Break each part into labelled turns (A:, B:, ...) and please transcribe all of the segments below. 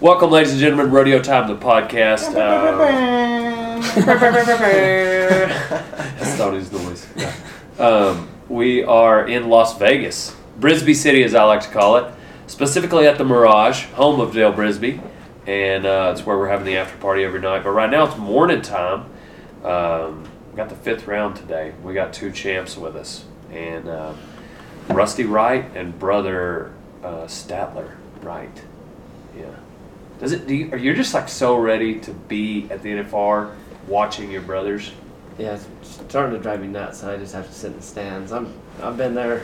A: Welcome, ladies and gentlemen, Rodeo Time, the podcast. Uh, that's Tony's noise. Um, we are in Las Vegas, Brisby City, as I like to call it, specifically at the Mirage, home of Dale Brisby, and uh, it's where we're having the after party every night. But right now it's morning time. Um, we got the fifth round today. We got two champs with us, and um, Rusty Wright and brother uh, Statler Wright. Yeah. Does it? Do you, are you just like so ready to be at the NFR, watching your brothers?
B: Yeah, it's starting to drive me nuts, and I just have to sit in the stands. I'm, I've been there.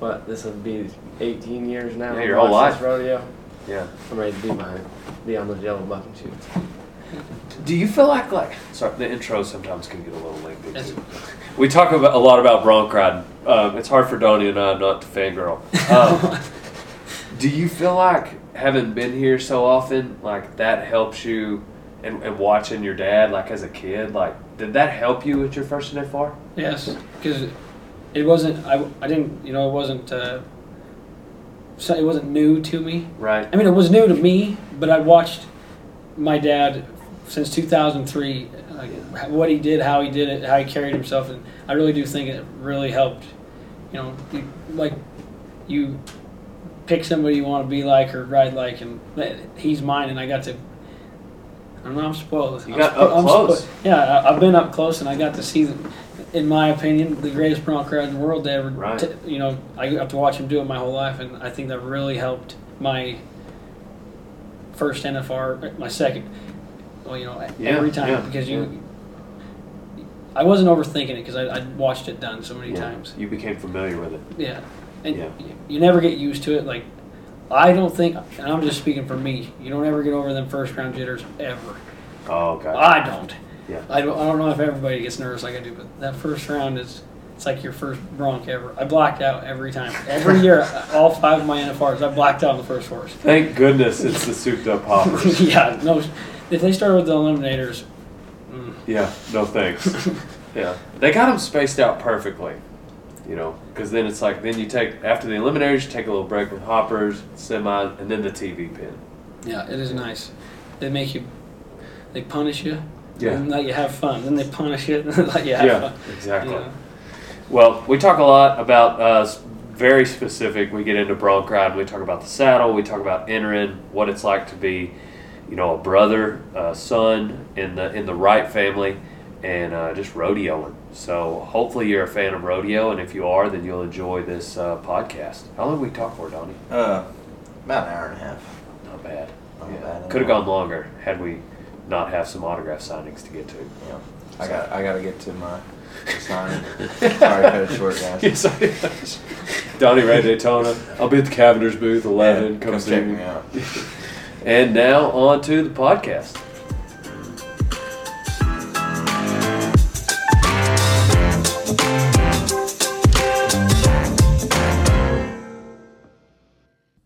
B: What this would be 18 years now.
A: Yeah, your whole
B: watching this
A: life.
B: rodeo.
A: Yeah.
B: I'm ready to be behind, be on the yellow buck and shoot.
A: Do you feel like like sorry the intro sometimes can get a little lengthy. We talk about a lot about bronc riding. Um, it's hard for Donnie and I not to fangirl. Um, do you feel like having been here so often, like that helps you, and, and watching your dad like as a kid, like did that help you at your first NFR?
C: Yes, because it wasn't. I, I didn't. You know, it wasn't. Uh, so it wasn't new to me.
A: Right.
C: I mean, it was new to me, but I watched my dad since 2003. Like h- uh, what he did, how he did it, how he carried himself, and I really do think it really helped. You know, you, like you pick somebody you want to be like or ride like, and that- he's mine, and I got to. I don't know. I'm spoiled.
A: You
C: I'm
A: got up
C: I'm
A: close.
C: yeah, I, I've been up close, and I got to see, in my opinion, the greatest bronc rider in the world. To ever,
A: Right.
C: t- you know, I got to watch him do it my whole life, and I think that really helped my first NFR, my second. Well, you know,
A: Yeah,
C: every time
A: yeah,
C: because you. I wasn't overthinking it because I I watched it done so many
A: Yeah.
C: times.
A: You became familiar with it.
C: Yeah, and
A: Yeah.
C: y you never get used to it. Like, I don't think, and I'm just speaking for me. You don't ever get over them first round jitters ever.
A: Oh god.
C: I don't.
A: yeah.
C: I don't, I don't know if everybody gets nervous like I do, but that first round is it's like your first bronc ever. I blacked out every time. Every year, all five of my NFRs, I blacked out on the first horse.
A: Thank goodness it's the souped up hoppers.
C: yeah, no. If they start with the eliminators, mm,
A: Yeah, no thanks. yeah, they got them spaced out perfectly, you know, because then it's like then you take after the eliminators, you take a little break with hoppers, semi, and then the TV pin.
C: yeah, it is nice. They make you, they punish you,
A: Yeah.
C: and let you have fun. Then they punish you, and let you have fun. You
A: exactly.
C: know?
A: Well, we talk a lot about uh, s- very specific. We get into bronc riding. We talk about the saddle. We talk about entering what it's like to be, you know, a brother, a son in the in the right family, and uh, just rodeoing. So hopefully you're a fan of rodeo, and if you are, then you'll enjoy this uh, podcast. How long we talk for, Donnie?
D: Uh, about an hour and a half.
A: Not bad.
D: Not bad at
A: Could have
D: all.
A: gone longer had we not have some autograph signings to get to.
D: Yeah. I got. I got to get to my sign. Sorry, cut it short, guys.
A: Yes, I- Donnie Ray Daytona. I'll be at the Cavender's booth, 11.
D: Yeah,
A: come
D: come
A: see
D: check
A: me.
D: me out.
A: and now on to the podcast.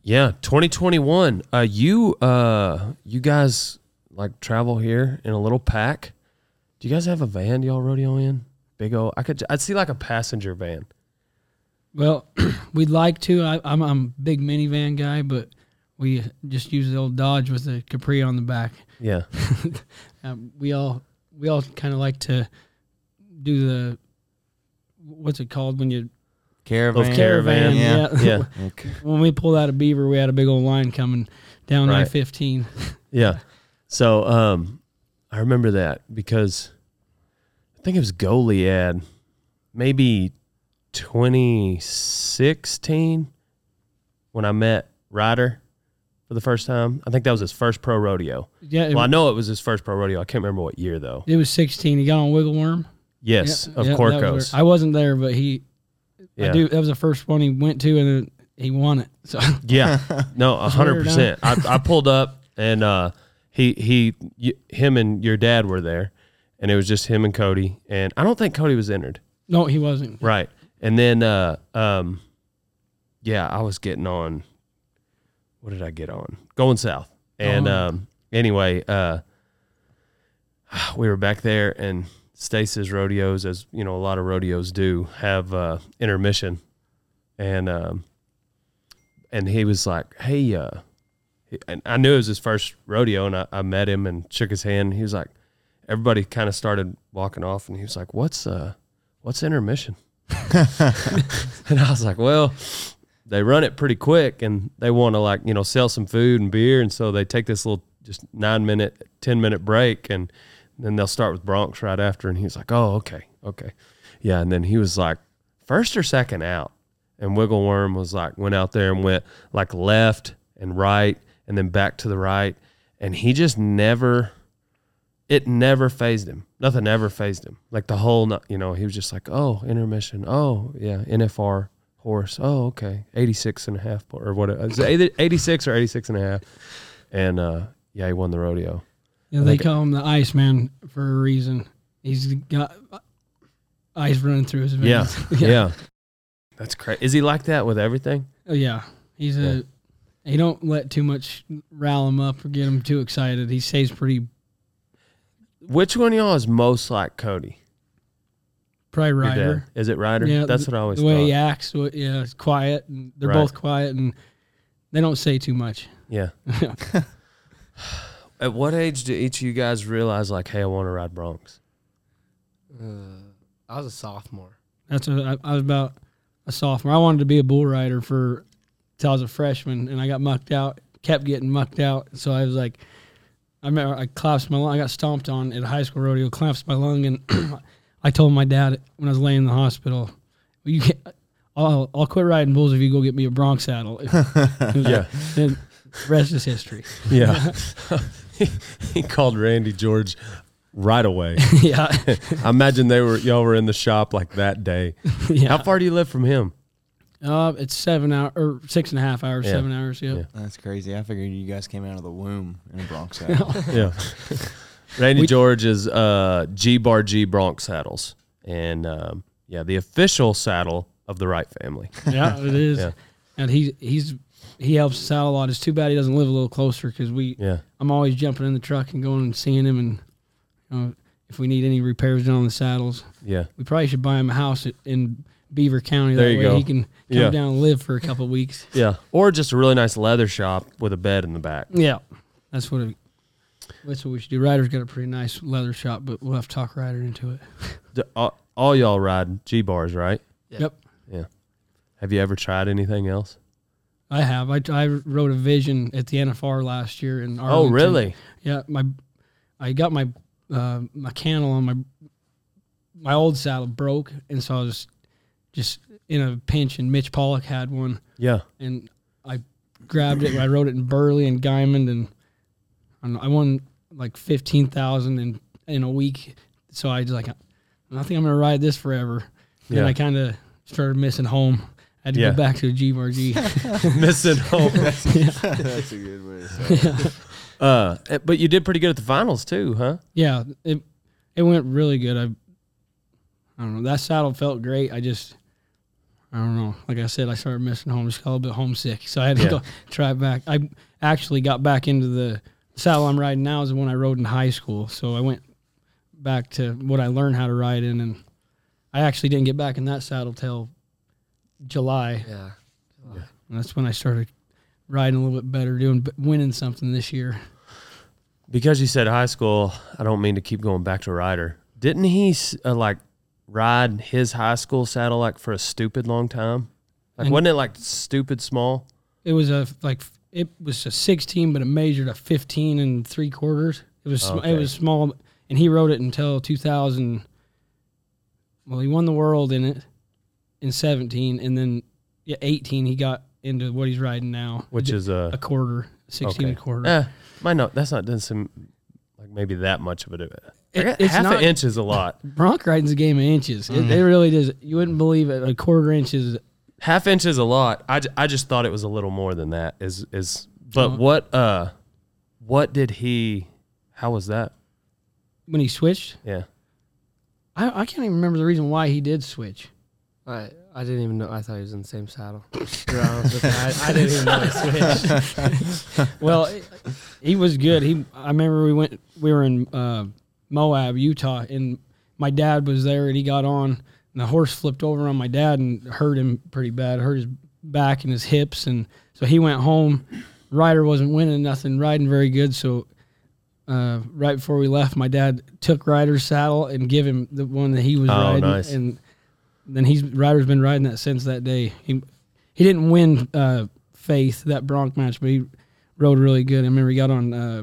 A: Yeah, 2021. Uh, you uh, you guys like travel here in a little pack. Do you guys have a van y'all rodeo in? Big old. I could. I'd see like a passenger van.
E: Well, we'd like to. I, I'm, I'm a big minivan guy, but we just use the old Dodge with the Capri on the back.
A: Yeah.
E: Um, we all we all kind of like to do the what's it called when you
D: Caravan.
E: caravan?
D: Yeah.
A: Yeah.
E: when we pulled out of Beaver, we had a big old line coming down
A: Right.
E: I-15.
A: Yeah. So um I remember that because I think it was Goliad, maybe 2016 when I met Ryder for the first time. I think that was his first pro rodeo.
E: Yeah, it,
A: Well, I know it was his first pro rodeo. I can't remember what year though.
E: it was 16. He got on Wiggle Worm.
A: Yes,
E: Yeah,
A: of
E: yeah, that was
A: Corcos.
E: where- I wasn't there, but he. I
A: yeah.
E: do. That was the first one he went to, and then he won it. So
A: Yeah, no, a hundred
E: weird, huh?
A: percent. I, I pulled up and uh, he he y- him and your dad were there, and it was just him and Cody. And I don't think Cody was entered,
E: no, he wasn't.
A: right? And then uh, um, yeah, I was getting on. What did I get on? Going south. And
E: Oh.
A: um, anyway, uh, we were back there, and Stasis rodeos, as you know, a lot of rodeos do, have uh, intermission, and um, and he was like, "Hey, uh,
F: he- and I knew it was his first rodeo, and I, I met him and shook his hand. He was like, everybody kind of started walking off, and he was like, "What's uh, what's intermission?" and I was like, "Well, they run it pretty quick, and they want to like you know sell some food and beer, and so they take this little just nine minute, ten minute break, and then they'll start with Bronx right after." And he was like, "Oh, okay, okay, yeah." And then he was like, first or second out." and Wiggle Worm was like went out there and went like left and right and then back to the right and he just never it never phased him. Nothing ever phased him. Like the whole ni- you know, he was just like, "Oh, intermission. Oh, yeah, NFR horse. Oh, okay. 86 and a half or what it was it 86 or 86 and a half." And uh yeah, he won the rodeo.
C: Yeah, they call him the Iceman for a reason. He's got ice running through his
F: Yeah.
C: veins.
F: Yeah. That's crazy. Is he like that with everything?
C: Oh, yeah. He's a. He don't let too much rile him up or get him too excited. He stays pretty
F: Which one of y'all is most like Cody?
C: probably
F: Your dad.
C: rider.
F: Is it Ryder?
C: Yeah,
F: That's what I always
C: the way
F: thought.
C: he acts, what, yeah, it's quiet. And they're
F: Right.
C: both quiet, and they don't say too much.
F: Yeah. At what age do each of you guys realize, like, hey, I want to ride Bronx?
B: I was a sophomore.
C: That's what I, I was about a sophomore. I wanted to be a bull rider for till I was a freshman, and I got mucked out. Kept getting mucked out, so I was like, I remember I collapsed my lung. I got stomped on at a high school rodeo, collapsed my lung, and I told my dad when I was laying in the hospital, "You, can I'll I'll quit riding bulls if you go get me a Bronx saddle."
F: Yeah.
C: and rest is history.
F: Yeah. he called Randy George right away.
C: yeah,
F: I imagine they were y'all were in the shop like that day.
C: yeah.
F: How far do you live from him?
C: Uh, it's seven hour or six and a half hours,
F: Yeah.
C: seven hours. Yeah.
F: Yeah.
D: That's crazy. I figured you guys came out of the womb in a Bronx saddle.
F: Yeah. Randy
C: We-
F: George is uh, G Bar G Bronx saddles, and um, yeah, the official saddle of the Wright family.
C: yeah, it is.
F: Yeah.
C: And he he's he helps us out a lot. It's too bad he doesn't live a little closer because we
F: Yeah.
C: I'm always jumping in the truck and going and seeing him and you know, if we need any repairs done on the saddles,
F: Yeah.
C: we probably should buy him a house at, in Beaver County.
F: There
C: that
F: you
C: way
F: go.
C: He can come
F: Yeah.
C: down and live for a couple weeks.
F: Yeah. Or just a really nice leather shop with a bed in the back.
C: Yeah, that's what. It, that's what we should do. Ryder's got a pretty nice leather shop, but we'll have to talk Ryder into it.
F: D- all, all y'all ride G bars, right?
B: Yeah.
C: Yep.
F: Have you ever tried anything else?
C: I have. I, I rode a vision at the NFR last year in
F: Oh,
C: Arlington.
F: really?
C: Yeah, my I got my uh, my cannel on my my old saddle broke, and so I was just in a pinch. And Mitch Pollock had one,
F: Yeah.
C: and I grabbed it. and I rode it in Burley and Guymond, and I, don't know, I won like fifteen thousand in in a week. So I just like, I think I'm gonna ride this forever. And
F: Yeah.
C: I kind of started missing home. I had to
F: Yeah.
C: go back to a GVRG.
F: Missing home.
D: That's a good way to say it.
F: Uh, eh, but you did pretty good at the finals too, huh?
C: yeah, it it went really good. I I don't know. That saddle felt great. I just I don't know. Like I said, I started missing home. Just got a little bit homesick, so I had to
F: Yeah.
C: go try it back. I actually got back into the saddle I'm riding now is the one I rode in high school. So I went back to what I learned how to ride in, and I actually didn't get back in that saddle till July.
B: Yeah.
C: And that's when I started riding a little bit better, doing winning something this year.
F: Because you said high school, I don't mean to keep going back to Ryder. Didn't he s- uh, like ride his high school saddle like for a stupid long time? Like
C: And-
F: wasn't it like stupid small?
C: It was a like it was a 16, but it measured a 15 and three quarters. It was sm it
F: Okay.
C: was small, and he rode it until 2000. Well, he won the world in it in 17, and then yeah, 18 he got into what he's riding now,
F: Which is uh, a,
C: a quarter, 16
F: okay.
C: and a quarter.
F: Eh, my no, that's not doesn't seem like maybe that much of a
C: It- it's
F: half
C: not-
F: an inch is a lot.
C: Bronc riding's a game of inches.
F: Mm-hmm.
C: It, it really does. You wouldn't believe it. A quarter inch is
F: half inch is a lot. I, ju- I just thought it was a little more than that. Is is but
C: Uh-huh.
F: what uh what did he? How was that?
C: when he switched.
F: Yeah,
C: I, I can't even remember the reason why he did switch.
B: I I didn't even know. I thought he was in the same saddle. To be honest with you, I, I didn't even know he switched.
C: well, it- he was good. He, I remember we went, we were in uh, Moab, Utah, and my dad was there, and he got on, and the horse flipped over on my dad and hurt him pretty bad, hurt his back and his hips, and so he went home, Ryder wasn't winning nothing, riding very good. So uh, right before we left, my dad took Ryder's saddle and give him the one that he was
F: Oh,
C: riding,
F: nice.
C: and then he's Ryder's been riding that since that day. He he didn't win uh, Faith that Bronc match, but he rode really good. I remember he got on. Uh,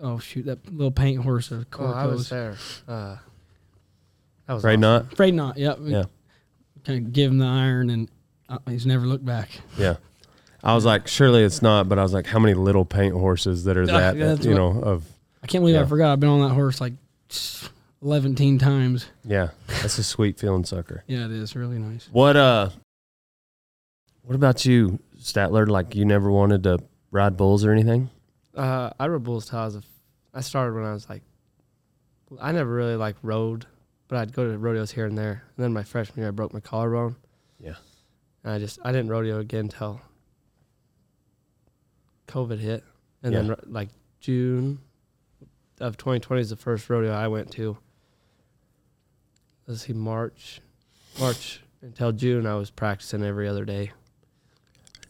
C: oh shoot, that little paint horse of
B: Oh, I was
C: Corpos.
B: there. Uh, that was
F: Right
B: awesome.
F: not?
C: Afraid not. Yep.
F: Yeah.
C: Kind of give him the iron, and uh, he's never looked back.
F: Yeah. I was like, surely it's not, but I was like, how many little paint horses that are
C: Yeah,
F: that,
C: yeah, that's
F: you
C: what-
F: know, of
C: I can't believe I
F: Yeah.
C: forgot. I've been on that horse like 11 times.
F: yeah, that's a sweet feeling sucker.
C: Yeah, it is really nice.
F: What uh what about you, Statler? Like you never wanted to ride bulls or anything?
B: Uh, I rode bulls till I was. A, I started when I was like. I never really like rode, but I'd go to rodeos here and there. And then my freshman year, I broke my collarbone.
F: Yeah.
B: And I just I didn't rodeo again till. COVID hit, and
F: Yeah.
B: then ro- like June, of 2020 is the first rodeo I went to. Let's see, March, March until June, I was practicing every other day.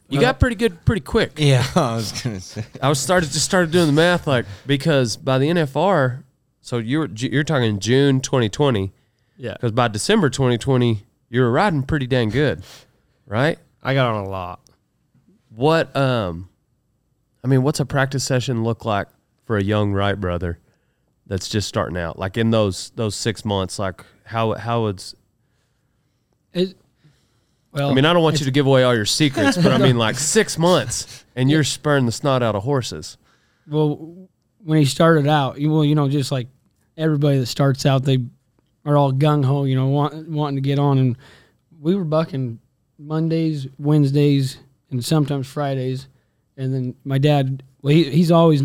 F: You got pretty good pretty quick.
D: Yeah, I was gonna say.
F: I was started just started doing the math like because by the NFR, so you were you're talking June 2020
B: Yeah,
F: because by December 2020 you were riding pretty dang good, right?
B: I got on a lot.
F: What um, I mean, what's a practice session look like for a young Wright brother that's just starting out? Like in those those six months, like how how it's.
C: It, well,
F: I mean, I don't want you to give away all your secrets, but I mean, like six months, and you're spurring the snot out of horses.
C: well, when he started out, you- well, you know, just like everybody that starts out, they are all gung ho, you know, want, wanting to get on. And we were bucking Mondays, Wednesdays, and sometimes Fridays. And then my dad, well, he, he's always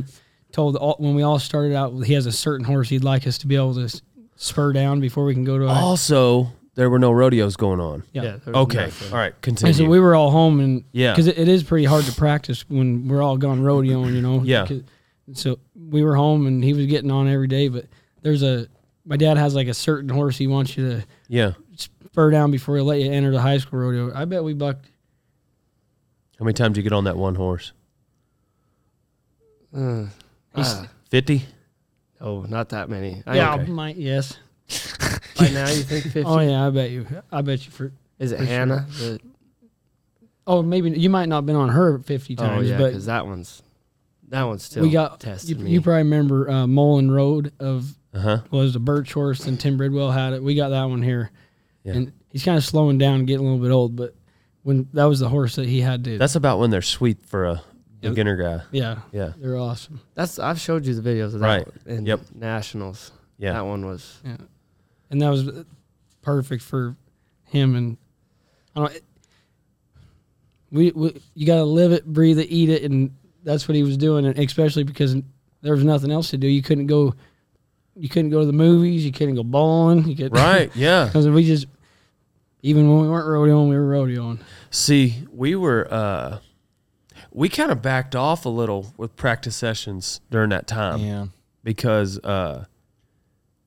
C: told all, when we all started out, he has a certain horse he'd like us to be able to s- spur down before we can go to. a-
F: Oh, Also, there were no rodeos going on.
C: Yeah.
B: there was
F: Okay,
B: nothing.
F: all right,
C: And so
F: continue.
C: we were all home, and
F: Yeah.
C: because it, it is pretty hard to practice when we're all gone rodeoing, you know.
F: Yeah.
C: 'Cause- So we were home, and he was getting on every day. But there's a my dad has like a certain horse he wants you to
F: yeah,
C: spur down before he let you enter the high school rodeo. I bet we bucked.
F: how many times did you get on that one horse?
B: Uh, ah,
F: Fifty.
B: oh, not that many. I
C: yeah,
B: think
C: might yes.
B: By now, you think fifty?
C: Oh yeah, I bet you. I bet you for.
B: Is it
C: For sure.
B: Hannah? The-
C: Oh, maybe you might not have been on her 50
B: oh
C: times,
B: yeah,
C: but
B: because that one's that one's still
C: we got. You,
B: tested me.
C: you probably remember uh, Mullen Road of
F: Uh huh.
C: was the Birch horse, and Tim Bridwell had it. We got that one here,
F: Yeah.
C: and he's kind of slowing down, getting a little bit old. But when that was the horse that he had to,
F: That's about when they're sweet for a beginner guy.
C: yeah,
F: Yeah.
C: they're awesome.
B: That's I've showed you the videos of that
F: Right.
B: one in
F: Yep.
B: nationals.
F: Yeah.
B: That one was
C: And that was uh, perfect for him. And I don't. It, we, we you got to live it, breathe it, eat it, and that's what he was doing. And especially because there was nothing else to do. You couldn't go. You couldn't go to the movies. You couldn't go bowling. You could
F: Right. Yeah.
C: Because we just, even when we weren't rodeoing, we were rodeoing.
F: See, we were uh we kind of backed off a little with practice sessions during that time
D: Yeah,
F: because uh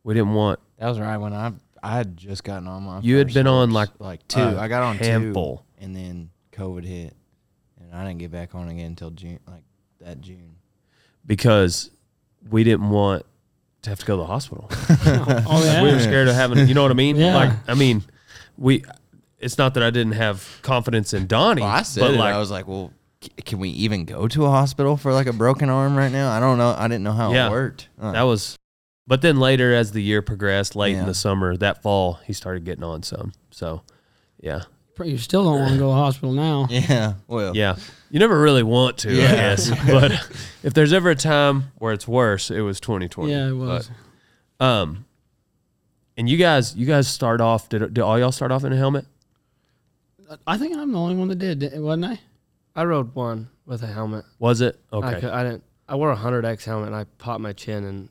F: we didn't want
D: that was right when I I had just gotten on my.
F: You had
D: first
F: been on,
D: horse,
F: like,
D: like two.
F: a
D: Uh, I got on
F: handful.
D: two, and then COVID hit, and I didn't get back on again until June, like that June.
F: because we didn't want to have to go to the hospital.
C: Oh
F: We were scared of having, you know what I mean?
C: Yeah.
F: Like, I mean, we. It's not that I didn't have confidence in Donnie,
D: Well, I said
F: but
D: it,
F: like,
D: I was like, well, c- can we even go to a hospital for like a broken arm right now? I don't know. I didn't know how
F: Yeah.
D: it worked. Uh,
F: that was. But then later, as the year progressed, late in
D: Yeah.
F: the summer, that fall, he started getting on some. So, yeah.
C: You still don't want to go to the hospital now.
D: yeah. Well.
F: Yeah. You never really want to, I
D: Yeah.
F: guess. But if there's ever a time where it's worse, it was 2020.
C: Yeah, it was.
F: But, um, and you guys, you guys start off. Did, did all y'all start off in a helmet?
C: I think I'm the only one that did, di- wasn't I?
B: I rode one with a helmet.
F: Was it
B: I,
F: okay?
B: cou- I didn't. I wore a hundred X helmet and I popped my chin and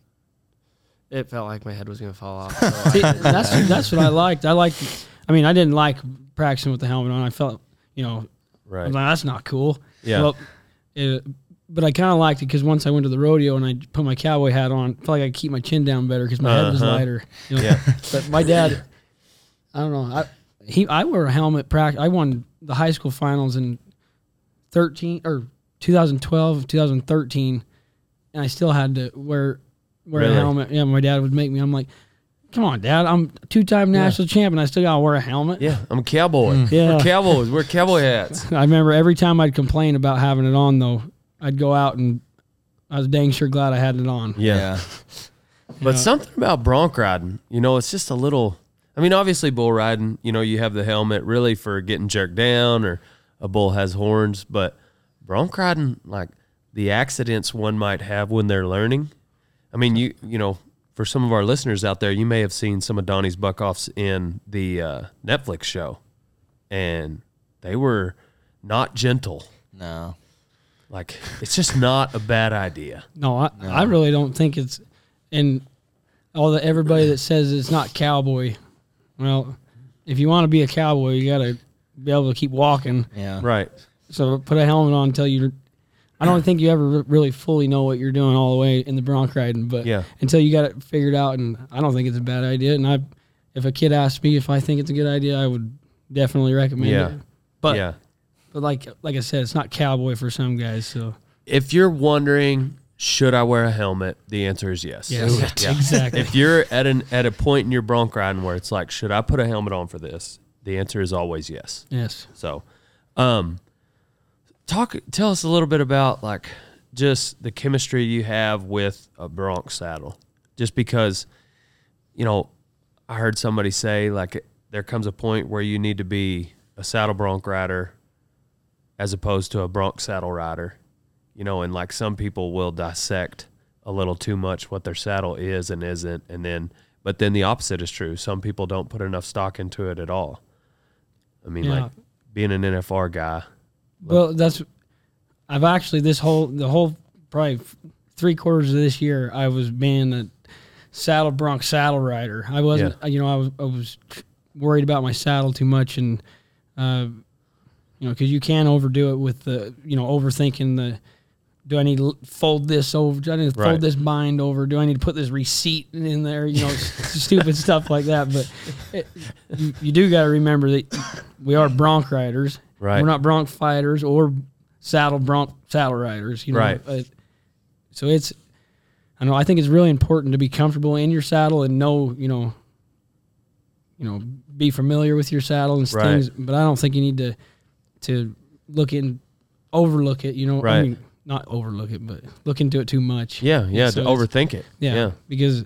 B: it felt like my head was gonna fall off. So I
C: See,
B: didn't-
C: that's that's what I liked. I liked. I mean, I didn't like practicing with the helmet on. I felt, you know, I
F: Right.
C: was like, that's not cool.
F: Yeah.
C: Well, it, but I kind of liked it because once I went to the rodeo and I put my cowboy hat on, I felt like I could keep my chin down better because my head was
F: Uh-huh.
C: lighter. you know.
F: Yeah.
C: But my dad, I don't know. I he I wore a helmet practice. I won the high school finals in thirteen or 2012, 2013, and I still had to wear wear
F: Really?
C: a helmet. Yeah, my dad would make me. I'm like, come on, dad, I'm two time national champion. I still gotta wear a helmet.
F: Yeah, I'm a cowboy.
C: Mm. Yeah.
F: We're cowboys. We're cowboy hats.
C: I remember every time I'd complain about having it on though, I'd go out and I was dang sure glad I had it on.
F: Yeah.
D: Yeah.
F: But something about bronc riding, you know, it's just a little. I mean, obviously, bull riding, you know, you have the helmet really for getting jerked down or a bull has horns, but bronc riding, like the accidents one might have when they're learning. I mean, you, you know, for some of our listeners out there, you may have seen some of Donnie's buck offs in the uh, Netflix show, and they were not gentle.
D: No.
F: Like, it's just not a bad idea.
C: No, I, I really don't think it's and all the everybody that says it's not cowboy. Well, if you want to be a cowboy, you gotta be able to keep walking.
D: Yeah.
F: Right.
C: So put a helmet on until you. I don't think you ever re- really fully know what you're doing all the way in the bronc riding, but
F: Yeah.
C: until you got it figured out, and I don't think it's a bad idea. And I, if a kid asked me if I think it's a good idea, I would definitely recommend
F: Yeah.
C: it. But
F: yeah.
C: but like like I said, it's not cowboy for some guys. So
F: If you're wondering, should I wear a helmet? The answer is yes.
C: Yes. Do it. Exactly.
F: If you're at an at a point in your bronc riding where it's like, should I put a helmet on for this? The answer is always yes.
C: yes,
F: So, um, talk tell us a little bit about like just the chemistry you have with a bronc saddle. Just because, you know, I heard somebody say like there comes a point where you need to be a saddle bronc rider as opposed to a bronc saddle rider. You know, and like some people will dissect a little too much what their saddle is and isn't and then but then the opposite is true. Some people don't put enough stock into it at all. I mean
C: Yeah.
F: like being an NFR guy.
C: well that's. I've actually this whole the whole probably f- three quarters of this year I was being a saddle bronc saddle rider. I wasn't you know I was I was worried about my saddle too much and uh, you know because you can overdo it with the you know overthinking the do I need to l- fold this over? Do I need to
F: Right.
C: fold this bind over? Do I need to put this receipt in there? You know, s- stupid stuff like that. But it, you, you do got to remember that we are bronc riders.
F: Right.
C: We're not bronc fighters or saddle bronc saddle riders. You know.
F: Right.
C: Uh, so it's, I know. I think it's really important to be comfortable in your saddle and know, you know, you know, be familiar with your saddle and
F: Right.
C: things. But I don't think you need to to look in overlook it. You know,
F: Right.
C: I mean, not overlook it, but look into it too much.
F: Yeah, yeah,
C: So
F: to
C: it's-
F: overthink it.
C: Yeah,
F: yeah.
C: because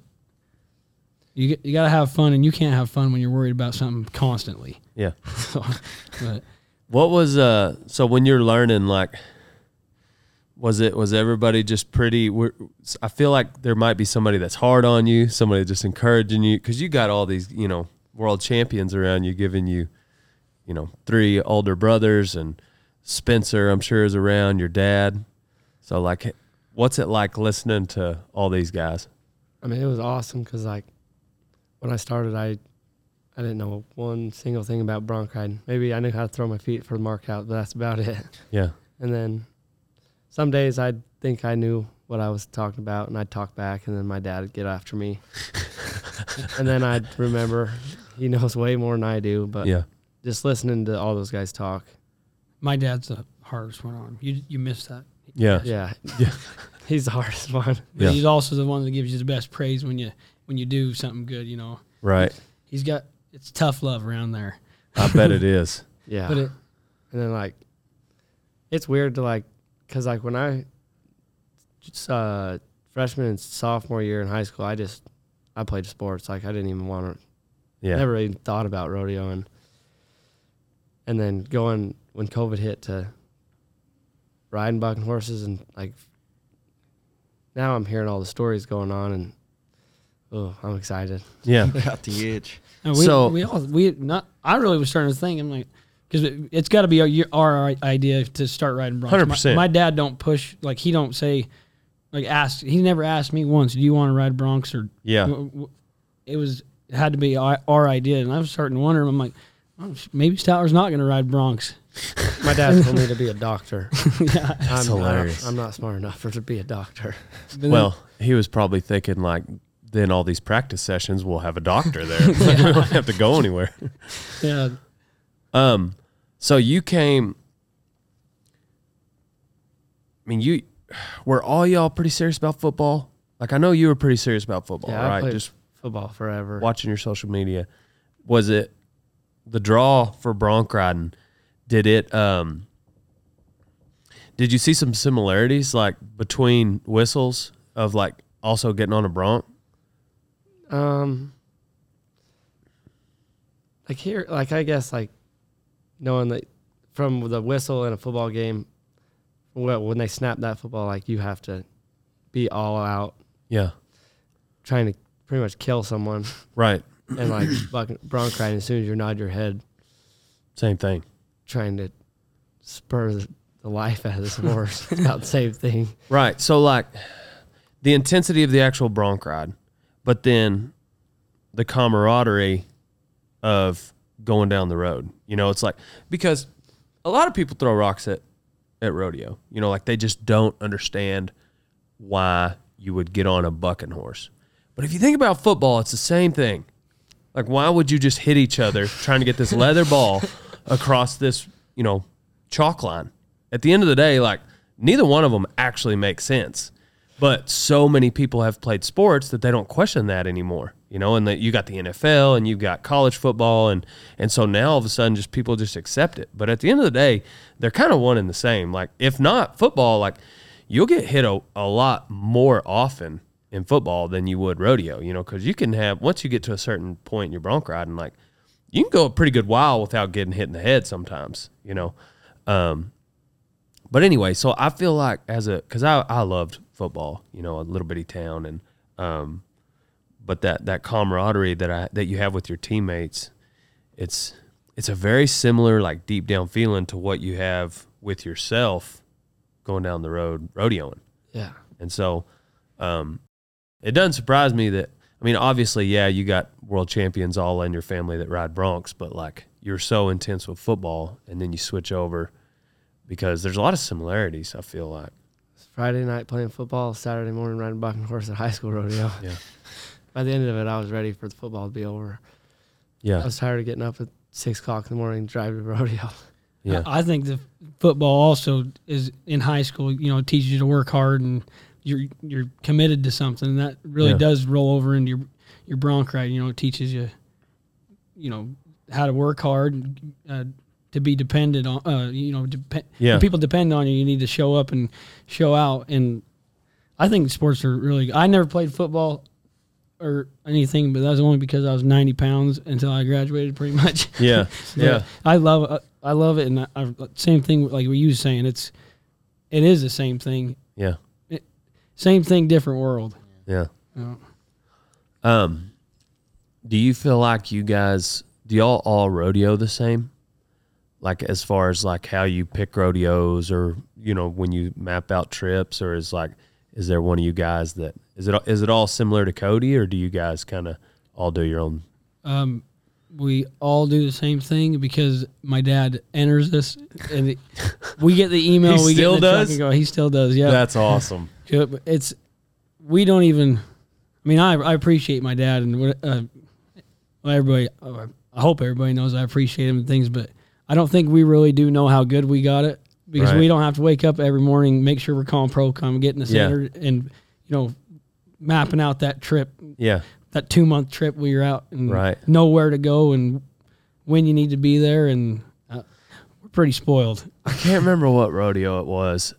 C: you g- you gotta have fun, and you can't have fun when you're worried about something constantly.
F: yeah.
C: So, but
F: What was uh so when you're learning like was it was everybody just pretty were, I feel like there might be somebody that's hard on you, somebody just encouraging you cuz you got all these, you know, world champions around you giving you you know, three older brothers and Spencer I'm sure is around your dad. So like what's it like listening to all these guys?
B: I mean, it was awesome because like when I started, I I didn't know one single thing about bronc riding. Maybe I knew how to throw my feet for the mark out, but that's about it.
F: Yeah.
B: And then some days I'd think I knew what I was talking about, and I'd talk back, and then my dad would get after me. and then I'd remember he knows way more than I do, but
F: Yeah.
B: just listening to all those guys talk.
C: my dad's the hardest one on. You you missed that.
F: Yeah.
B: Yeah. He's the hardest one.
C: But
F: Yeah.
C: he's also the one that gives you the best praise when you when you do something good. You know,
F: Right.
C: he's got it's tough love around there.
F: I bet it is.
B: Yeah.
C: But it,
B: And then like, it's weird to like, cause like when I, just, uh, freshman and sophomore year in high school, I just, I played sports. Like I didn't even want to,
F: Yeah.
B: never even thought about rodeo and, and then going when COVID hit to riding bucking horses and like, now I'm hearing all the stories going on and, oh, I'm excited.
F: Yeah.
D: Got the itch.
C: And we,
F: So-
C: we all we not. I really was starting to think. I'm like, because it, it's got to be our, your- our idea to start riding broncs.
F: 100%.
C: My, my dad don't push. Like he don't say, like ask. He never asked me once. Do you want to ride broncs or?
F: Yeah.
C: W- w- It was it had to be our, our idea, and I was starting to wonder. I'm like, well, maybe Stowler's not going to ride broncs.
B: My dad told me to be a doctor.
C: yeah.
B: That's I'm,
F: hilarious.
B: I'm not smart enough for to be a doctor.
F: Well, he was probably thinking like, then all these practice sessions will have a doctor there. we don't have to go anywhere.
C: yeah.
F: Um, so you came. mean, you were all y'all pretty serious about football. Like I know you were pretty serious about football,
B: Yeah, I
F: right?
B: played-
F: Just
B: football forever.
F: watching your social media, was it the draw for bronc riding? Did it? Um, did you see some similarities like between whistles of like also getting on a bronc?
B: Um, like here, like I guess, like knowing that from the whistle in a football game, well, when they snap that football, like you have to be all out
F: Yeah,
B: trying to pretty much kill someone,
F: right.
B: and like buck- bronc riding, as soon as you nod your head,
F: Same thing.
B: trying to spur the, the life out of this horse. it's about the same thing.
F: Right. So like the intensity of the actual bronc ride, but then the camaraderie of going down the road. You know, it's like because a lot of people throw rocks at at rodeo. You know, like they just don't understand why you would get on a bucking horse. But if you think about football, it's the same thing. Like why would you just hit each other trying to get this leather ball across this, you know, chalk line? At the end of the day, like neither one of them actually makes sense. But so many people have played sports that they don't question that anymore, you know. And that you got the NFL and you've got college football, and and so now all of a sudden, just people just accept it. But at the end of the day, they're kind of one and the same. Like if not football, like you'll get hit a, a lot more often in football than you would rodeo, you know, because you can have once you get to a certain point in your bronc riding, like you can go a pretty good while without getting hit in the head sometimes, you know. Um, but anyway, so I feel like as a because I I loved football, you know, a little bitty town, and um, but that that camaraderie that I that you have with your teammates, it's it's a very similar like deep down feeling to what you have with yourself going down the road rodeoing.
B: Yeah,
F: And so um, it doesn't surprise me that, I mean, obviously, yeah, you got world champions all in your family that ride Bronx, but like you're so intense with football and then you switch over because there's a lot of similarities, I feel like.
B: Friday night playing football, Saturday morning riding bucking horse at high school rodeo.
F: Yeah.
B: By the end of it, I was ready for the football to be over. I
F: Yeah.
B: was tired of getting up at six o'clock in the morning, drive to rodeo.
F: Yeah.
C: I I think the football also is in high school. You know, teaches you to work hard and you're you're committed to something. And that really
F: Yeah.
C: does roll over into your your bronc ride. You know, it teaches you, you know, how to work hard, and, uh, to be dependent on. Uh, you know, depend.
F: Yeah.
C: When people depend on you. You need to show up and show out. And I think sports are really. I never played football. Or anything, but that was only because I was 90 pounds until I graduated, pretty much.
F: Yeah.
C: But
F: Yeah.
C: I love uh, I love it, and I, I, same thing like what you was saying. It's it is the same thing,
F: Yeah.
C: same thing, different world.
F: Yeah.
C: Yeah.
F: Um, do you feel like you guys do y'all all rodeo the same? Like as far as like how you pick rodeos or you know when you map out trips or is like is there one of you guys that is it is it all similar to Cody or do you guys kind of all do your own?
C: Um, we all do the same thing because my dad enters this, and it- we get the email.
F: He
C: we
F: still
C: get in the truck
F: does?
C: and go, he still does. Yeah,
F: That's awesome.
C: Yeah, but it's we don't even. I mean, I, I appreciate my dad and what uh, well, everybody. uh, I hope everybody knows I appreciate him and things, but I don't think we really do know how good we got it because
F: Right.
C: we don't have to wake up every morning, make sure we're calling Procom, getting us
F: Yeah.
C: entered, and you know, mapping out that trip,
F: Yeah,
C: that two month trip we were out and
F: Right.
C: know where to go and when you need to be there, and uh, we're pretty spoiled.
F: I can't remember what rodeo it was.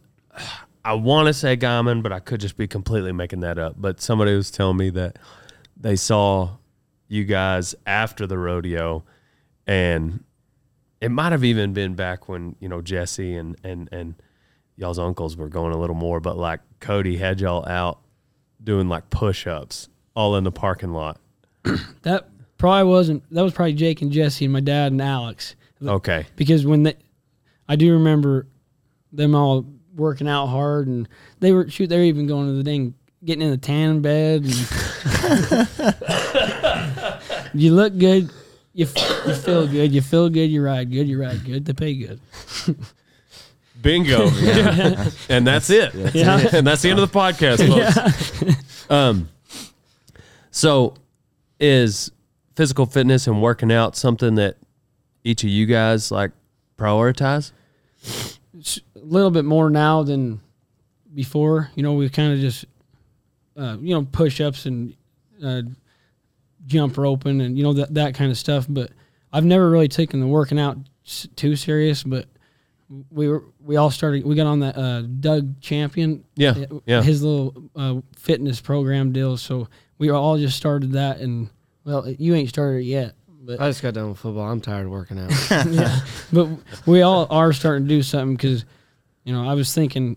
F: I want to say Gaiman, but I could just be completely making that up. But somebody was telling me that they saw you guys after the rodeo, and it might have even been back when you know Jesse and and and y'all's uncles were going a little more. But like Cody had y'all out doing like push ups all in the parking lot.
C: That probably wasn't. That was probably Jake and Jesse and my dad and Alex.
F: Okay,
C: because when they, I do remember them all working out hard, and they were shoot, they were even going to the dang getting in the tan bed. And you look good, you, f- you feel good, you feel good, you ride good, you ride good, they pay good.
F: bingo, and that's it.
C: Yeah.
F: and that's the end of the podcast, folks. Um, so is physical fitness and working out something that each of you guys like prioritize?
C: a little bit more now than before. You know, we kind of just, uh, you know, push ups and uh, jump roping and you know that that kind of stuff. But I've never really taken the working out s- too serious. But we were we all started. We got on that uh, Doug Champion,
F: Yeah, yeah.
C: his little uh, fitness program deal. So we all just started that, and well, you ain't started it yet. But
B: I just got done with football. I'm tired of working out.
C: but we all are starting to do something because, you know, I was thinking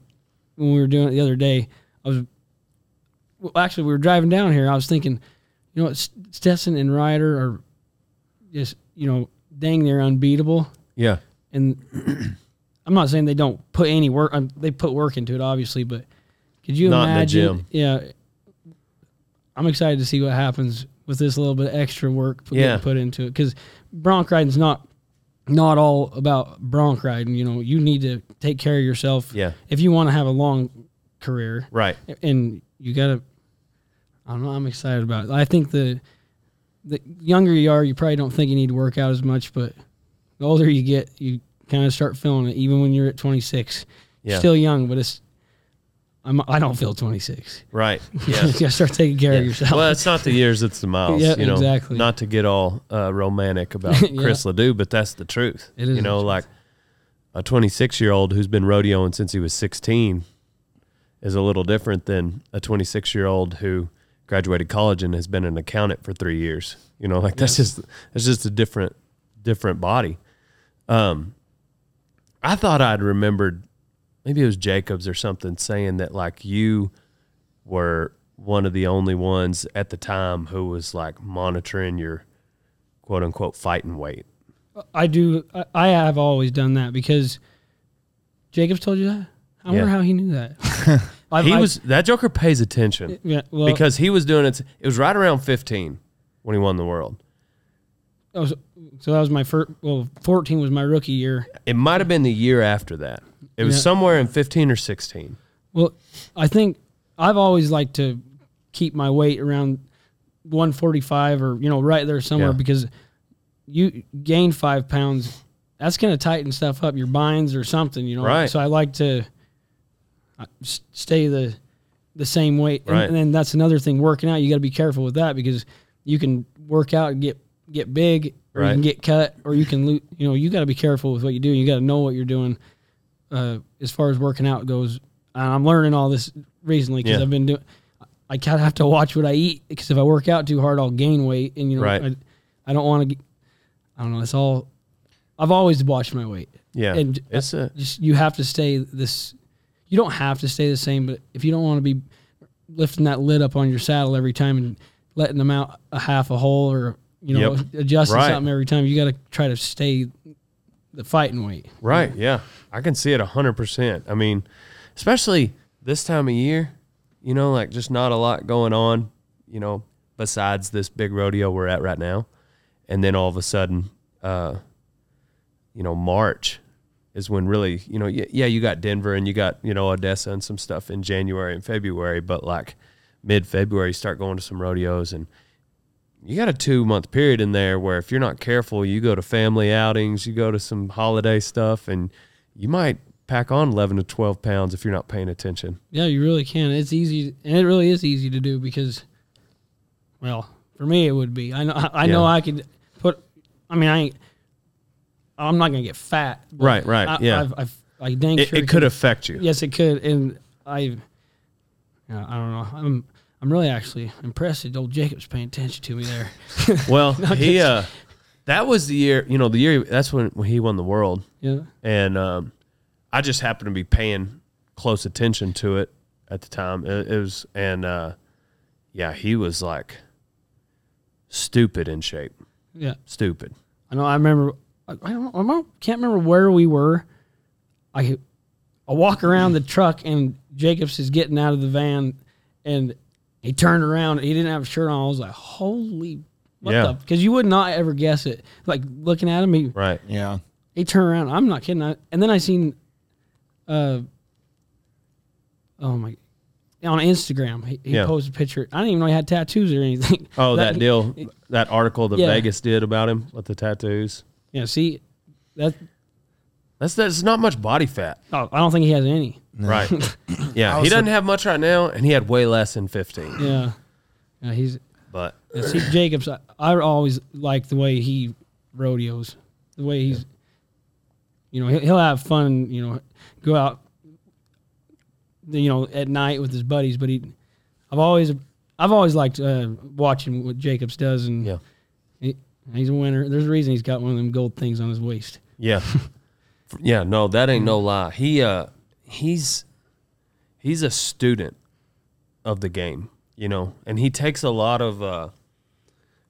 C: when we were doing it the other day, I was well, actually we were driving down here. I was thinking, you know, what, St- Stetson and Ryder are just you know, dang, they're unbeatable.
F: Yeah.
C: And I'm not saying they don't put any work. Um, they put work into it, obviously, but could you
F: Not in the
C: imagine?
F: gym.
C: Yeah, I'm excited to see what happens with this little bit of extra work put,
F: Yeah.
C: put into it because bronc riding's not not all about bronc riding. You know, you need to take care of yourself.
F: Yeah.
C: if you want to have a long career,
F: Right.
C: and you gotta i don't know i'm excited about it i think the the younger you are you probably don't think you need to work out as much but the older you get you kind of start feeling it even when you're at 26
F: Yeah.
C: you're still young but it's I'm, i don't feel 26
F: Right. Yeah.
C: you gotta start taking care of yourself
F: Well, it's not the years, it's the miles.
C: Yeah,
F: you know,
C: exactly.
F: Not to get all uh, romantic about
C: Yeah.
F: Chris Ledoux, but that's the truth.
C: It is
F: You know,
C: the truth.
F: like a 26 year old who's been rodeoing since he was 16 is a little different than a 26 year old who graduated college and has been an accountant for three years. You know, like that's just that's just a different different body. Um, I thought I'd remembered maybe it was Jacobs or something saying that like you were one of the only ones at the time who was like monitoring your quote unquote fighting weight.
C: i do I, I have always done that because jacobs told you that i wonder
F: Yeah.
C: how he knew that I've-
F: He
C: I've-
F: was that Joker pays attention
C: yeah, well,
F: because he was doing it. It was right around 15 when he won the world.
C: that was, so that was my first well 14 was my rookie year
F: It might have been the year after that. It was
C: Yeah.
F: somewhere in 15 or 16.
C: Well, I think I've always liked to keep my weight around 145 or you know right there somewhere
F: Yeah.
C: because you gain five pounds, that's gonna tighten stuff up your binds or something, you know.
F: Right.
C: So I like to uh, s- stay the the same weight, and,
F: Right.
C: and then that's another thing. Working out, you got to be careful with that because you can work out and get get big, or
F: Right.
C: you can get cut, or you can lose. You know, you got to be careful with what you do. You got to know what you're doing uh, as far as working out goes, and I'm learning all this recently because
F: Yeah.
C: I've been doing. I kind of have to watch what I eat because if I work out too hard, I'll gain weight, and you know,
F: Right.
C: I, I don't want to. I don't know. It's all. I've always watched my weight.
F: Yeah.
C: And- uh,
F: it's a,
C: Just you have to stay this. You don't have to stay the same, but if you don't want to be lifting that lid up on your saddle every time and letting them out a half a hole or you know
F: Yep.
C: adjusting
F: Right.
C: something every time, you got to try to stay the fighting weight.
F: Right. Yeah. I can see it 100%. I mean, especially this time of year, you know, like just not a lot going on, you know, besides this big rodeo we're at right now. And then all of a sudden, uh, you know, March is when really, you know, y- yeah, you got Denver and you got, you know, Odessa and some stuff in January and February, but like mid February, you start going to some rodeos and you got a two month period in there where if you're not careful, you go to family outings, you go to some holiday stuff, and you might pack on 11 to 12 pounds if you're not paying attention.
C: Yeah, you really can. It's easy, and it really is easy to do because, well, for me it would be. I know, I, I know,
F: Yeah.
C: I could put. I mean, I ain't. I'm not gonna get fat. but
F: Right, right,
C: I,
F: yeah.
C: I've, I've, I dang
F: It,
C: sure
F: it could affect you.
C: Yes, it could, and I. yeah, I don't know. I'm. I'm really actually impressed that old Jacob's paying attention to me there.
F: Well, he, uh, that was the year, you know, the year that's when, when he won the world.
C: Yeah.
F: and um, I just happened to be paying close attention to it at the time. It, it was, and uh, yeah, he was like stupid in shape,
C: Yeah.
F: stupid.
C: I know. I remember. I, I don't. I don't- can't remember where we were. I I walk around the truck and Jacobs is getting out of the van, and he turned around. And he didn't have a shirt on. I was like, "Holy, what
F: Yeah.
C: the?" Because you would not ever guess it. Like looking at him, he,
F: Right.
D: Yeah.
C: he turned around. I'm not kidding. I, and then I seen, uh, oh my, on Instagram he, he
F: Yeah.
C: posted a picture. I didn't even know he had tattoos or anything.
F: Oh, that,
C: deal.
F: deal, that article that
C: Yeah.
F: Vegas did about him with the tattoos.
C: Yeah, see, that
F: That's that's not much body fat,
C: Oh, I don't think he has any.
F: right? Yeah, he
D: Also-
F: doesn't have much right now, and he had way less in fifteen.
C: Yeah, yeah he's
F: But
C: Yeah, see, Jacobs, I, I always like the way he rodeos, the way he's, you know, he'll, he'll have fun, you know, go out, you know, at night with his buddies. But he, I've always, I've always liked uh, watching what Jacobs does, and
F: yeah,
C: he- he's a winner. There's a reason he's got one of them gold things on his waist.
F: yeah, yeah. No, that ain't no lie. He uh, he's he's a student of the game, you know, and he takes a lot of uh,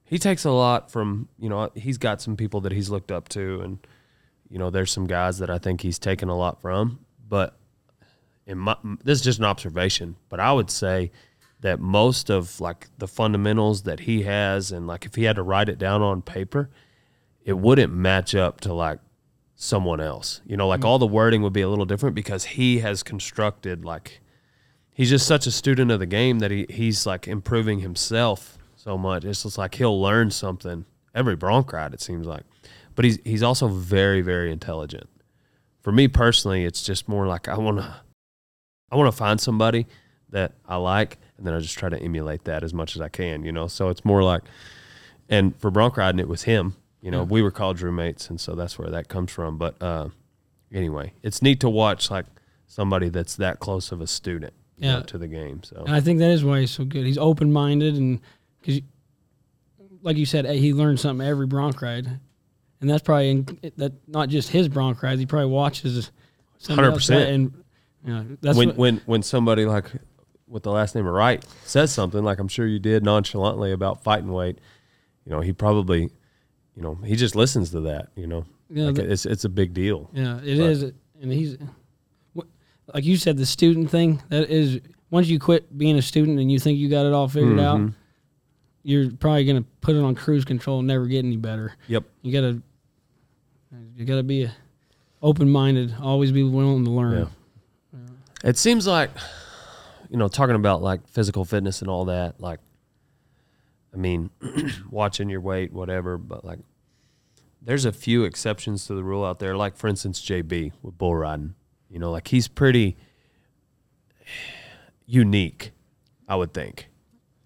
F: he takes a lot from you know he's got some people that he's looked up to, and you know there's some guys that I think he's taken a lot from, but in my this is just an observation, but I would say that most of like the fundamentals that he has and like if he had to write it down on paper, it wouldn't match up to like someone else. You know, like all the wording would be a little different because he has constructed like he's just such a student of the game that he he's like improving himself so much. It's just like he'll learn something every bronc ride. It seems like, but he's he's also very very intelligent. For me personally, it's just more like I wanna I wanna find somebody that I like, and then I just try to emulate that as much as I can. You know, so it's more like, and for bronc riding, it was him. You know, we were college roommates, and so that's where that comes from. But uh, anyway, it's neat to watch like somebody that's that close of a student you know,
C: Yeah.
F: to the game. So
C: And I think that is why he's so good. He's open minded, and because, like you said, eh, he learned something every bronc ride, and that's probably in, that not just his bronc rides. He probably watches somebody else
F: 100%.
C: ride, and you know, that's
F: when
C: what,
F: when when somebody like with the last name of Wright says something like I'm sure you did nonchalantly about fighting weight, you know, he probably, you know, he just listens to that. You know,
C: Yeah,
F: like
C: that-
F: it's it's a big deal.
C: yeah, it
F: but-
C: is, and he's wh- like you said, the student thing. That is once you quit being a student and you think you got it all figured
F: Mm-hmm.
C: out, you're probably gonna put it on cruise control and never get any better.
F: Yep.
C: You gotta you gotta be open minded, always be willing to learn.
F: Yeah. It seems like, you know, talking about like physical fitness and all that, like, I mean, watching your weight, whatever, but like, there's a few exceptions to the rule out there. Like, for instance, JB with bull riding, you know, like he's pretty unique, I would think,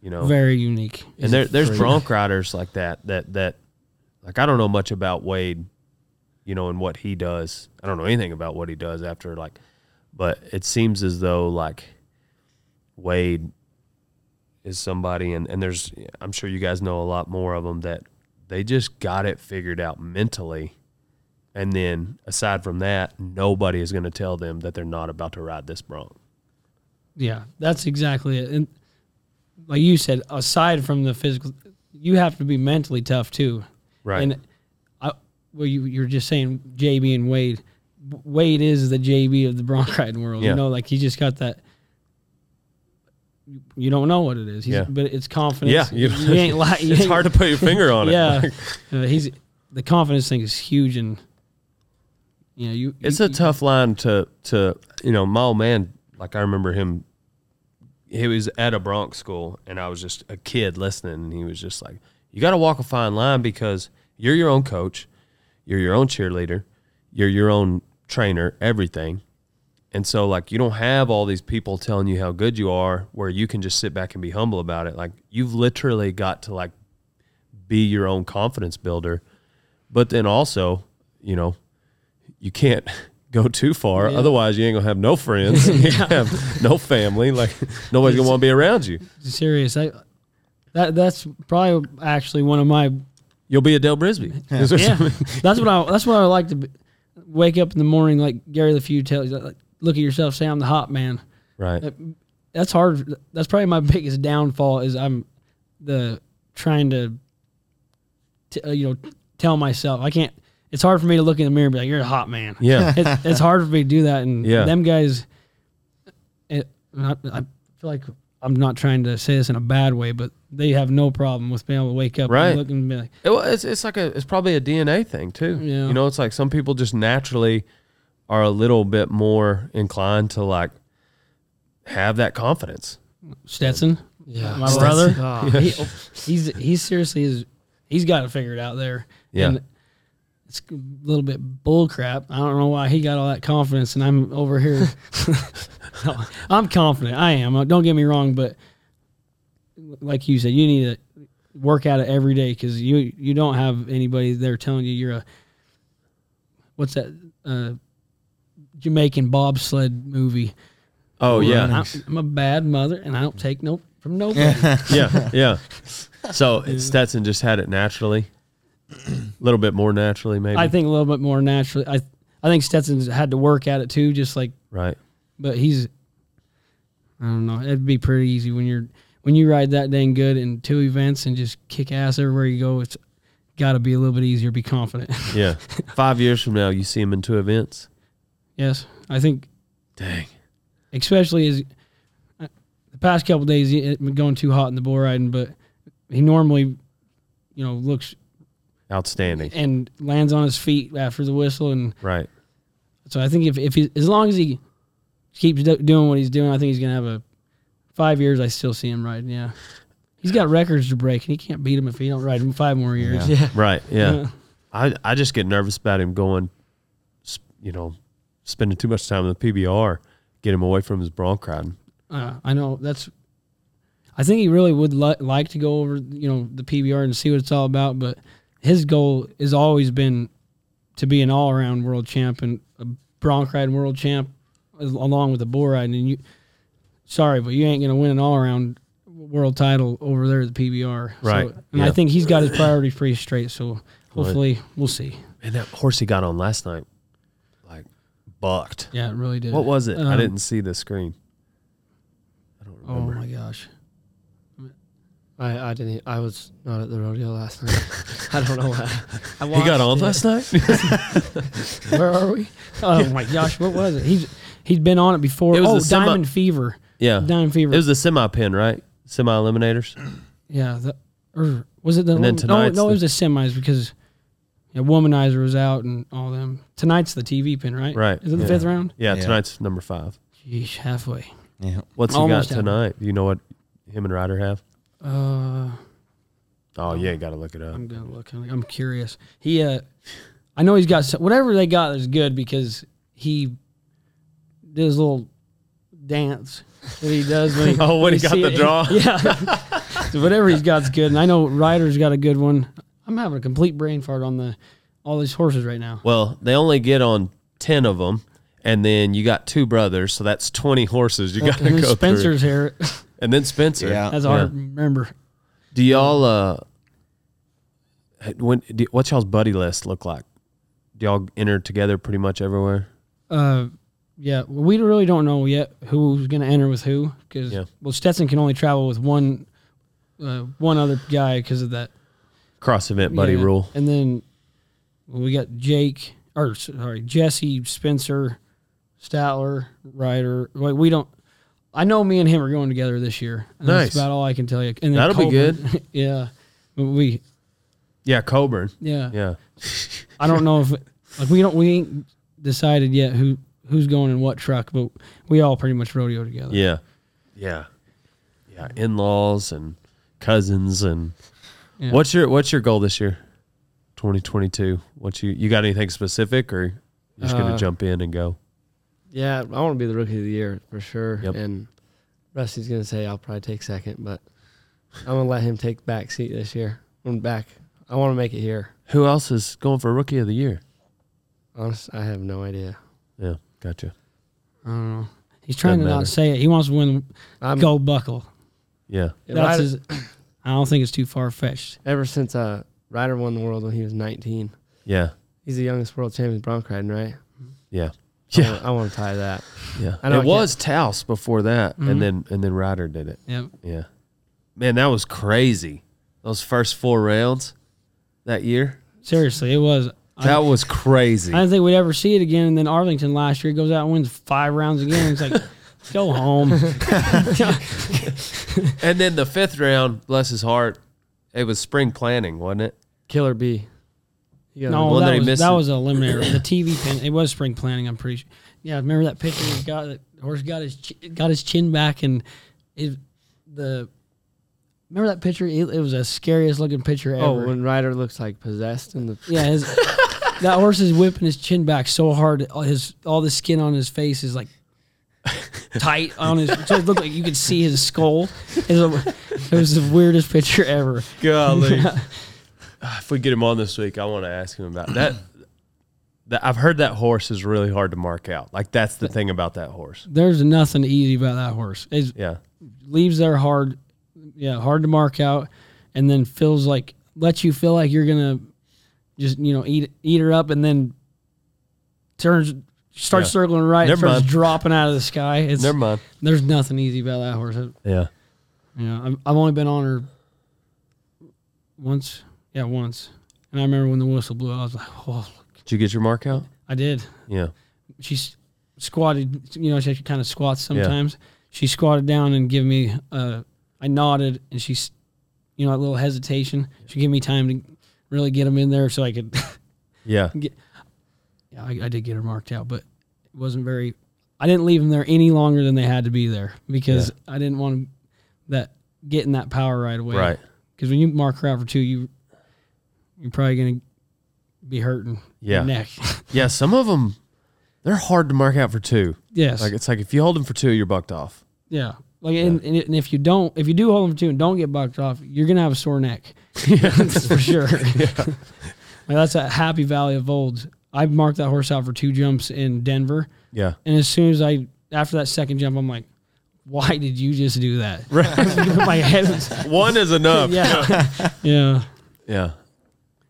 F: you know
C: Very unique.
F: and there, there's bronc riders like that that that like I don't know much about Wade, you know, and what he does. I don't know anything about what he does after like, but it seems as though like Wade is somebody, and and there's I'm sure you guys know a lot more of them that they just got it figured out mentally. And then, aside from that, nobody is going to tell them that they're not about to ride this bronc.
C: Yeah, that's exactly it. And like you said, aside from the physical, you have to be mentally tough too.
F: Right.
C: And I, well, you you're just saying JB and Wade. Wade is the JB of the bronc riding world.
F: Yeah.
C: You know, like he just got that. You don't know what it is, he's,
F: Yeah.
C: but it's
F: Yeah,
C: confidence.
F: you,
C: you ain't like
F: it's hard to put your finger on it.
C: Yeah, Uh, he's the confidence thing is huge, and you know you.
F: it's
C: you,
F: a tough line to to you know my old man like i remember him he was at a bronx school and i was just a kid listening and he was just like you got to walk a fine line because you're your own coach you're your own cheerleader you're your own trainer everything and so like you don't have all these people telling you how good you are where you can just sit back and be humble about it like you've literally got to like be your own confidence builder but then also you know you can't go too far otherwise you ain't gonna have no friends you ain't gonna have no family like nobody's gonna want to be around you
C: serious. I that that's probably actually one of my
F: you'll be a Del Brisby
C: yeah. that's what I that's what I would like to be, wake up in the morning like Gary LaFew tells you like look at yourself say I'm the hot man.
F: right
C: That's hard. That's probably my biggest downfall is I'm the trying to t- uh, you know tell myself I can't. It's hard for me to look in the mirror and be like you're a hot man.
F: yeah
C: It's it's hard for me to do that and
F: Yeah.
C: them guys. It, not, I feel like. I'm not trying to say this in a bad way, but they have no problem with being able to wake up
F: Right.
C: and look and be like,
F: It, well, it's it's like a it's probably a DNA thing too.
C: Yeah.
F: You know, it's like some people just naturally are a little bit more inclined to like have that confidence.
C: Stetson, oh,
B: Yeah.
C: my brother.
B: Ah,
C: he, he's he's seriously is he's got it figured out there.
F: Yeah.
C: And It's a little bit bull crap. I don't know why he got all that confidence, and I'm over here. No, I'm confident. I am. Uh, Don't get me wrong, but like you said, you need to work at it every day because you you don't have anybody there telling you you're a what's that uh, Jamaican bobsled movie.
F: Oh yeah,
C: I, am a bad mother, and I don't take no from nobody.
F: yeah, yeah. So Stetson just had it naturally, a little bit more naturally, maybe.
C: I think a little bit more naturally. I I think Stetson's had to work at it too, just like
F: right.
C: but he's I don't know. It'd be pretty easy when you're when you ride that dang good in two events and just kick ass everywhere you go. It's got to be a little bit easier. Be confident.
F: Yeah. Five years from now, you see him in two events.
C: yes, I think
F: Dang.
C: especially as uh, the past couple days he- it been going too hot in the bull riding, but he normally you know looks
F: Outstanding.
C: and lands on his feet after the whistle and
F: Right.
C: So I think if, if he, as long as he keeps do- doing what he's doing, I think he's gonna have a five years. I still see him riding. Yeah, he's got records to break, and he can't beat him if he don't ride him five more years.
D: Yeah.
F: Right. Yeah.
C: Yeah.
F: I I just get nervous about him going, sp- you know, spending too much time in the PBR, get him away from his bronc riding.
C: Uh, I know that's. I think he really would li- like to go over, you know, the PBR and see what it's all about. But his goal has always been to be an all-around world champ and a bronc riding world champ, as- along with a bull riding. And you, sorry, but you ain't gonna win an all-around world title over there at the PBR.
F: Right,
C: So, and I
F: yeah.
C: think he's got his priorities pretty straight. So hopefully we'll see.
F: And that horse he got on last night, like, bucked.
C: Yeah, it really did.
F: What was it? I
C: Um,
F: didn't see the screen. I don't
C: Oh
F: remember.
C: my gosh.
B: I, I didn't. e, I was not at the rodeo last night. I don't know why. I
F: he
B: watched
F: got on
B: it.
F: last night.
C: Where are we? Oh my gosh, what was it? He's he's been on it before.
F: It was
C: oh,
F: the semi-
C: Diamond Fever.
F: yeah.
C: Diamond Fever.
F: It was the semi pin, right? Semi eliminators.
C: yeah. The, or was it the?
F: And then
C: no,
F: tonight's
C: no, it
F: the-
C: was the semis because yeah, Womanizer was out and all them. Tonight's the TV pin, right?
F: Right,
C: Is it the
F: yeah.
C: fifth round?
F: Yeah,
D: Yeah.
F: Tonight's number five.
C: Jeez, halfway.
D: Yeah.
F: What's he
C: Almost
F: got
C: had it.
F: tonight? Do you know what him and Ryder have?
C: Uh,
F: Oh, you ain't got to look it up.
C: I'm gonna look. I'm, I'm curious. He, uh, I know he's got some, whatever they got is good because he did his little dance that he does when he.
F: Oh, when he
C: you
F: got
C: see
F: the
C: it, he-
F: draw?
C: yeah. so whatever he's got's good, and I know Ryder's got a good one. I'm having a complete brain fart on the all these horses right now.
F: Well, they only get on ten of them, and then you got two brothers, so that's twenty horses you got to
C: And
F: go
C: then Spencer's
F: through. Uh,
C: here.
F: And then Spencer.
D: Yeah.
C: That's all I remember.
F: Do y'all uh, when do, what's y'all's buddy list look like? Do y'all enter together pretty much everywhere?
C: Uh, yeah, well, we really don't know yet who's going to enter with who because
F: Yeah.
C: well Stetson can only travel with one, uh, one other guy because of that
F: Cross event buddy
C: Yeah.
F: rule.
C: And then well, we got Jake or sorry Jesse Spencer, Statler Ryder. Like we don't. I know me and him are going together this year. And
F: Nice.
C: That's about all I can tell you. And then
F: That'll be
C: Colburn- yeah. We
F: Yeah, Coburn.
C: yeah.
F: Yeah,
C: I don't know if like we don't we ain't decided yet who who's going in what truck, but we all pretty much rodeo together.
F: yeah, yeah, yeah. In laws and cousins and
C: Yeah.
F: what's your what's your goal this year? Twenty twenty two. What you you got anything specific or? You're just gonna
B: Uh,
F: jump in and go.
B: Yeah, I want to be the rookie of the year for sure.
F: Yep.
B: And Rusty's gonna say I'll probably take second, but I'm gonna let him take back seat this year. I'm back. I want to make it here.
F: Who else is going for rookie of the year?
B: Honest, I have no idea.
F: Yeah, gotcha.
C: I don't know. He's trying to
F: Doesn't matter.
C: not say it. He wants to win
B: I'm
C: gold buckle.
F: Yeah,
B: and
C: That's
B: Ryder-
C: his, I don't think it's too far fetched.
B: ever since uh Ryder won the world when he was 19.
F: yeah,
B: He's the youngest world champion bronc riding, right?
F: yeah,
B: I
F: Yeah.
B: wanna- I want to tie that.
F: yeah. Mm-hmm.
B: I know I
F: it
B: can't-
F: was Taos before that,
C: Mhm.
F: and then and then Ryder did it.
C: Yep.
F: Yeah, man, that was crazy. Those first four rounds that year,
C: Seriously, it was.
F: that
C: I,
F: was crazy.
C: I didn't think we'd ever see it again. And then Arlington last year goes out and wins five rounds again. It's like, go home.
F: and then the fifth round, bless his heart, it was spring planning, wasn't it?
B: Killer B. You gotta-
C: No,
F: one that
C: that
F: he
C: was,
F: missed
C: that
F: it.
C: was a eliminator. The TV pin. It was spring planning. I'm pretty sure. Yeah, remember that picture? He got the horse got his chi- got his chin back and it, the. Remember that picture? It, it was the scariest looking picture ever.
B: Oh, when Ryder looks like possessed in the
C: yeah, his, that horse is whipping his chin back so hard, all his all the skin on his face is like tight on his. So it looked like you could see his skull. It was, a- it was the weirdest picture ever.
F: Golly. Ah, if we get him on this week, I want to ask him about that. that I've heard that horse is really hard to mark out. Like that's the thing about that horse.
C: There's nothing easy about that horse. It
F: Yeah.
C: leaves there hard, yeah, hard to mark out, and then feels like lets you feel like you're gonna just you know eat eat her up, and then turns starts
F: Yeah.
C: circling right, and
F: Never
C: starts
F: mind.
C: dropping out of the sky. It's
F: Never mind.
C: there's nothing easy about that horse. It-
F: Yeah.
C: Yeah, I've, I've only been on her once. Yeah, once. And I remember when the whistle blew, I was like, "Oh,
F: Did you get your mark out?
C: I did."
F: Yeah. she
C: She s- squatted. You know, she kind of squats sometimes. She squatted down and gave me. Uh, I nodded, and she, s- you know, a little hesitation. She gave me time to really get them in there, so I could.
F: Yeah.
C: yeah, I, I did get her marked out, but it wasn't very. I didn't leave them there any longer than they had to be there because I didn't want that getting that power right away.
F: Right.
C: Because when you mark her out for two, you you're probably gonna be hurting
F: Yeah.
C: your neck.
F: Yeah. Some of them, they're hard to mark out for two.
C: yes.
F: Like it's like if you hold them for two, you're bucked off.
C: yeah. Like And, and and if you don't, if you do hold them for two and don't get bucked off, you're gonna have a sore neck. That's for sure. like that's a Happy Valley of old. I marked that horse out for two jumps in Denver.
F: Yeah.
C: And as soon as I, after that second jump, I'm like, why did you just do that? Right. My head was,
F: One is enough.
C: yeah. yeah.
F: Yeah.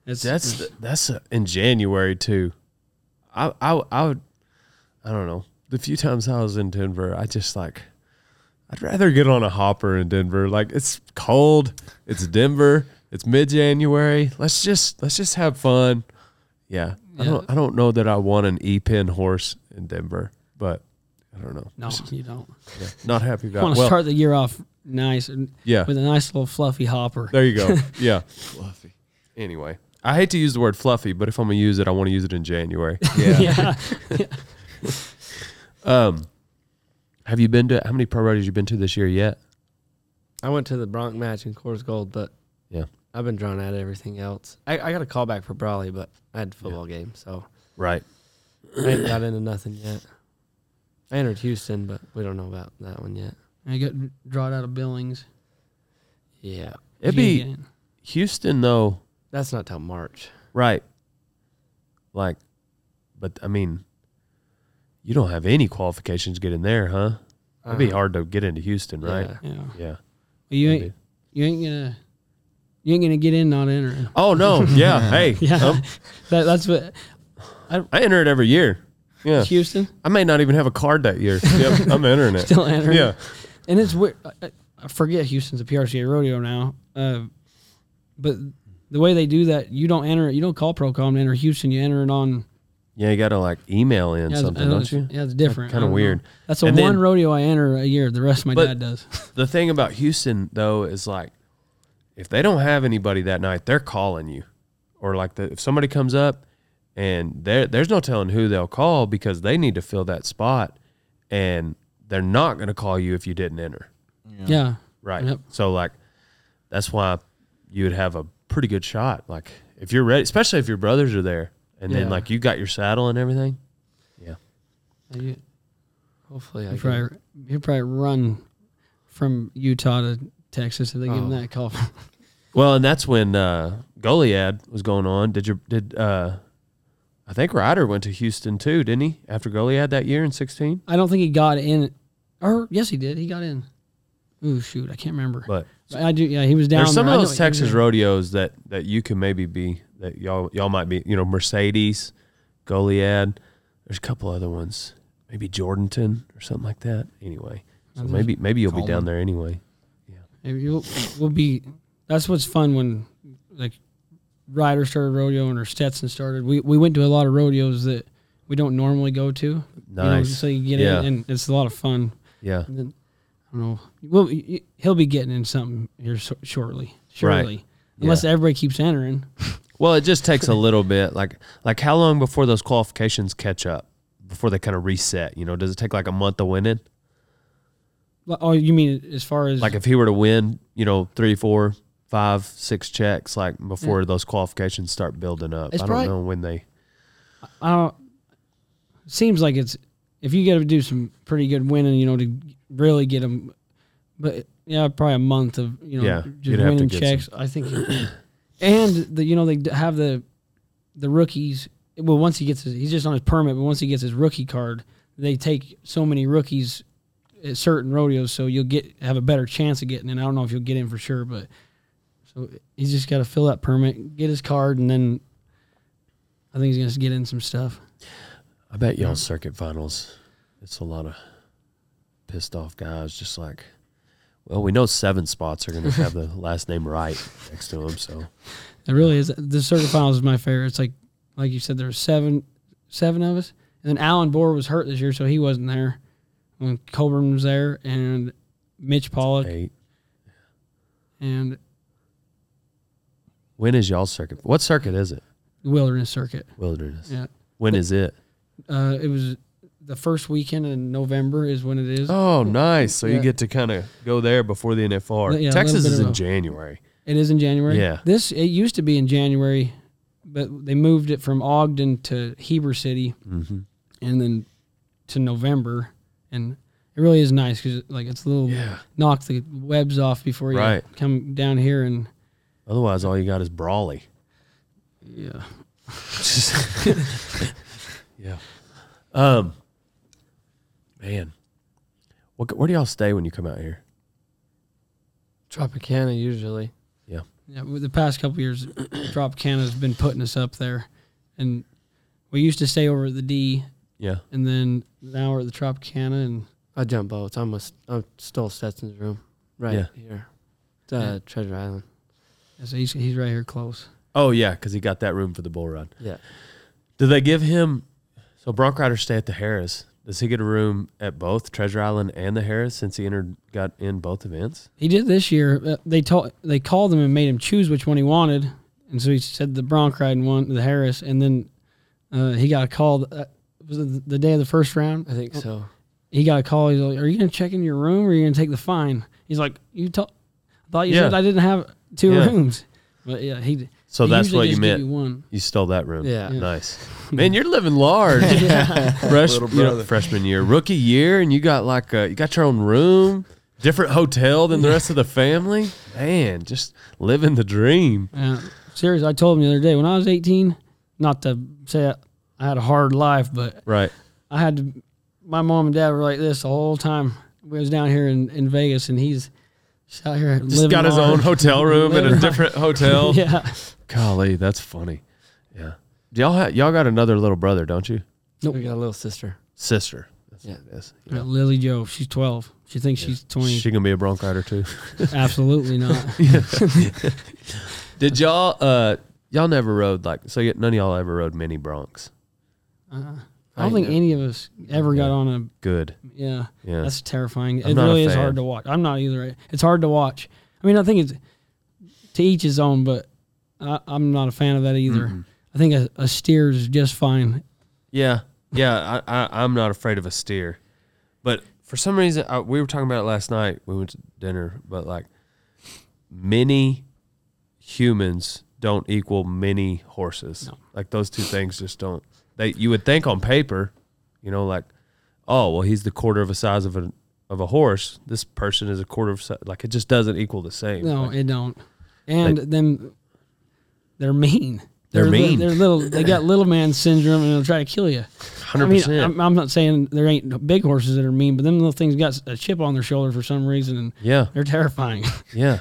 C: It's,
F: That's the- that's uh in January too. I I I would I don't know. The few times I was in Denver, I just like I'd rather get on a hopper in Denver. Like it's cold, it's Denver, it's mid-January. Let's just let's just have fun. Yeah. I don't I don't know that I want an E-pin horse in Denver, but I don't know.
C: no, you don't.
F: Not happy
C: I want
F: about
C: to
F: well,
C: start the year off nice and
F: Yeah.
C: with a nice little fluffy hopper.
F: There you go. Yeah. fluffy. Anyway, I hate to use the word fluffy, but if I'm going to use it, I want to use it in January.
D: Yeah.
F: Um, have you been to how many pro rodeos you been to this year yet?
B: I went to the Bronc match in Coors Gold, but
F: Yeah.
B: I've been drawn out of everything else. I, I got a call back for Brawley, but I had a football game, so
F: Right.
B: I ain't got into nothing yet. I entered Houston, but we don't know about that one yet.
C: I got drawn out of Billings.
B: Yeah,
F: It'd
C: You
F: be
C: can't get
F: Houston though,
B: that's not till March.
F: right? Like, but I mean, you don't have any qualifications getting there, huh? It'd be
B: Uh,
F: hard to get into Houston, right?
B: yeah.
C: in. Uh-huh. Yeah.
F: Yeah.
C: But you
F: Maybe.
C: ain't, you ain't gonna, you ain't gonna get in, not entering.
F: Oh no. Yeah. hey.
C: Yeah.
F: um,
C: That, that's what
F: I enter it every year. Yeah.
C: Houston
F: I may not even have a card that year. Yep. I'm entering it.
C: still entering.
F: Yeah.
C: And it's weird. I- I, I forget Houston's a PRCA rodeo now, uh, but the way they do that, you don't enter it. You don't call Procom to enter Houston. You enter it on
F: Yeah. You got to like email in
C: yeah, it's-
F: something,
C: I know
F: don't
C: it's-
F: you?
C: Yeah, it's different.
F: Kinda
C: I don't know.
F: weird.
C: That's the
F: And
C: one
F: then-
C: rodeo I enter a year. The rest my
F: But-
C: dad does.
F: The thing about Houston though is like, if they don't have anybody that night, they're calling you, or like the, if somebody comes up, and there there's no telling who they'll call because they need to fill that spot, and they're not going to call you if you didn't enter.
C: Yeah.
F: Right.
C: Yep.
F: So like, that's why you would have a pretty good shot. Like if you're ready, especially if your brothers are there, and
C: Yeah.
F: then like you got your saddle and everything.
C: You
B: Hopefully, I
C: you
B: get-
C: probably you probably run from Utah to Texas if they give him
B: Oh.
C: that call.
F: Well, and that's when uh, Goliad was going on. Did you did uh, I think Ryder went to Houston too, didn't he? After Goliad that year in sixteen,
C: I don't think he got in. Or yes, he did. He got in. Ooh shoot, I can't remember.
F: but
C: But I do. Yeah, he was down.
F: there's some
C: there. I
F: of
C: know he
F: those
C: was
F: Texas
C: there.
F: rodeos that that you can maybe be that y'all y'all might be you know Mercedes, Goliad. There's a couple other ones, maybe Jordanton or something like that. Anyway, so
C: Others
F: maybe maybe you'll be
D: call
F: down
D: them.
F: there anyway.
C: Maybe You'll, we'll be. That's what's fun when like Ryder started rodeoing or Stetson started. We we went to a lot of rodeos that we don't normally go to. You know,
F: Nice,
C: so you get
F: Yeah.
C: in, and it's a lot of fun.
F: yeah.
C: And then, I don't know. Well, y- y- he'll be getting in something here so, shortly. Surely, unless everybody keeps entering.
F: Well, it just takes a little bit. Like like how long before those qualifications catch up? Before they kind of reset, you know, does it take like a month of winning?
C: Like, Oh, you mean as far as
F: Like if he were to win, you know, three, four, five, six checks, like before those qualifications start building up.
C: It's
F: I don't
C: probably-
F: know when they
C: I don't. Seems like it's if you got to do some pretty good winning, you know, to really get them. But yeah, probably a month of you know
F: Yeah, you'd
C: just
F: have to
C: winning
F: get
C: checks. I think, you- and the you know they d- have the the rookies. Well, once he gets his, he's just on his permit, but once he gets his rookie card, they take so many rookies at certain rodeos, so you'll get have a better chance of getting in. I don't know if you'll get in for sure, but so he's just got to fill that permit, get his card, and then I think he's gonna get in some stuff.
F: I bet y'all circuit finals, it's a lot of pissed off guys just like, well, we know seven spots are going to have the last name right next to them. So
C: It really is. The circuit finals is my favorite. It's like, like you said, there were seven, seven of us, and then Alan Bohr was hurt this year, so he wasn't there. When Coburn was there, and Mitch Pollock,
F: eight.
C: and
F: When is y'all circuit? What circuit is it?
C: the Wilderness Circuit.
F: Wilderness.
C: Yeah,
F: When is it?
C: uh, it was the first weekend in November is when it is.
F: Oh, nice. So
C: Yeah.
F: you get to kind of go there before the NFR.
C: Yeah, a
F: Texas
C: little bit
F: is
C: of
F: in
C: a-
F: January.
C: It is in January.
F: Yeah.
C: This it used to be in January, but they moved it from Ogden to Heber City,
F: Mm-hmm.
C: and then to November, and it really is nice because like it's a little
F: Yeah.
C: knock the webs off before you
F: Right.
C: come down here and
F: Otherwise, all you got is Brawley.
C: yeah.
F: yeah. Um, man, what, where do y'all stay when you come out here?
B: Tropicana usually.
C: Yeah, with the past couple years, Tropicana has been putting us up there, and we used to stay over at the D,
F: Yeah.
C: and then now we're at the Tropicana, and
B: I jump boats. I'm a, I stole Stetson's room right
F: Yeah.
B: here. It's, uh,
C: Yeah.
B: Treasure Island.
C: so he's, he's right here close.
F: Oh yeah, because he got that room for the bull run.
B: Yeah.
F: Do they give him? So Bronc Riders stay at the Harris. Does he get a room at both Treasure Island and the Harris since he entered got in both events?
C: He did this year. Uh, They told they called him and made him choose which one he wanted, and so he said the Bronc riding one, the Harris, and then uh, he got a call. Uh, was it the day of the first round?
B: I think so.
C: He got a call. He's like, "Are you gonna check in your room, or are you gonna take the fine?" He's like, "You told, thought you
F: Yeah.
C: said I didn't have two
F: Yeah.
C: rooms." But yeah, he.
F: So
C: they
F: that's
C: usually
F: what you
C: just give
F: meant.
C: You
F: You,
C: one.
F: stole that room.
B: Yeah. Yeah.
F: Nice. Man, you're living large. Fresh,
G: Little
F: you know,
G: brother.
F: freshman year, rookie year, and you got like uh you got your own room, different hotel than the rest of the family. Man, just living the dream.
C: Yeah. Uh, Seriously, I told him the other day when I was 18, not to say I had a hard life, but
F: Right.
C: I had to, my mom and dad were like this the whole time. We was down here in, in Vegas, and he's just out here
F: Just
C: living
F: got his
C: large.
F: own hotel room at a
C: Living
F: different hotel.
C: yeah,
F: Golly, that's funny. Yeah. Do y'all ha- y'all got another little brother, don't you?
B: We got a little sister.
F: Sister. That's
B: Yeah.
F: what it is.
C: Yeah, Lily Joe, she's 12. She thinks she's 20.
F: She gonna be a bronc rider too.
C: Absolutely not.
F: Did y'all uh y'all never rode like so y- none of y'all ever rode mini broncs.
C: Uh, I don't think any of us ever got on a.
F: Good.
C: Yeah,
F: Yeah.
C: that's terrifying.
F: I'm
C: it
F: not a
C: really is
F: fan.
C: hard to watch. I'm not either. It's hard to watch. I mean, I think it's to each his own, but I, I'm not a fan of that either. I think a, a steer is just fine.
F: yeah. Yeah, I, I I'm not afraid of a steer. But for some reason I, we were talking about it last night. We went to dinner, but like many humans don't equal many horses. Like those two things just don't. They you would think on paper, you know, like, oh well, he's the quarter of a size of a of a horse. This person is a quarter of size. Like it just doesn't equal the same.
C: No,
F: Like,
C: it don't. And then they're mean.
F: They're
C: li-
F: mean.
C: they're little. They got little man syndrome, and they'll try to kill you.
F: 100%.
C: I mean, I'm, I'm not saying there ain't big horses that are mean, but them little things got a chip on their shoulder for some reason, and
F: yeah,
C: they're terrifying.
F: yeah.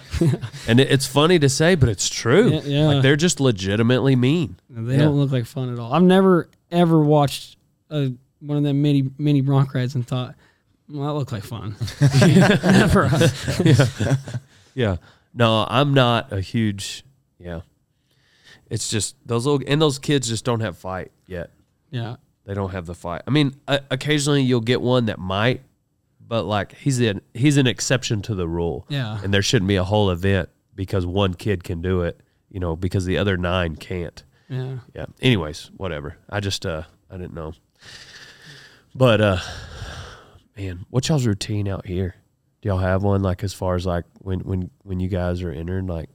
F: and it, it's funny to say, but it's true.
C: Yeah, yeah.
F: Like they're just legitimately mean.
C: they
F: Yeah.
C: don't look like fun at all. I've never ever watched a, one of them mini mini bronc rides and thought, "Well, that looked like fun." never.
F: Yeah. No, I'm not a huge. Yeah. It's just those little and those kids just don't have fight yet.
C: Yeah.
F: They don't have the fight. I mean, uh, occasionally you'll get one that might, but like he's an he's an exception to the rule.
C: Yeah.
F: And there shouldn't be a whole event because one kid can do it, you know, because the other nine can't.
C: Yeah.
F: Yeah. Anyways, whatever. I just uh I didn't know. But uh man, what's y'all's routine out here? Do y'all have one like as far as like when when when you guys are entering like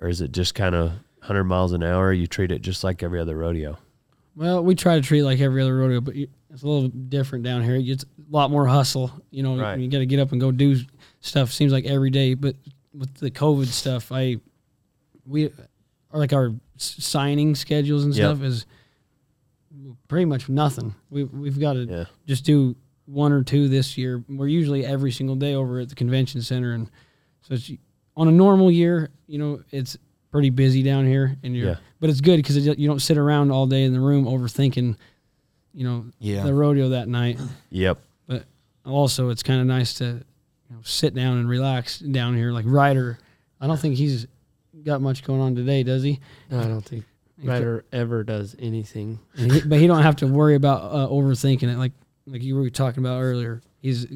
F: or is it just kind of 100 miles an hour? You treat it just like every other rodeo.
C: Well, we try to treat it like every other rodeo, but you- it's a little different down here. It's a lot more hustle. You know,
F: Right.
C: you got to get up and go do stuff. Seems like every day, but with the COVID stuff, I we are like our s- signing schedules and
F: Yep.
C: stuff is pretty much nothing. We we've got to
F: Yeah.
C: just do one or two this year. We're usually every single day over at the convention center, and so it's, on a normal year, you know, it's pretty busy down here, and you're.
F: Yeah.
C: But it's good because you don't sit around all day in the room overthinking, you know,
D: Yeah.
C: the rodeo that night.
F: Yep.
C: But also, it's kind of nice to you know, sit down and relax down here. Like Ryder, I don't think he's got much going on today, does he?
B: No, I don't think Ryder ever does anything.
C: And he, but he don't have to worry about uh, overthinking it like like you were talking about earlier. He's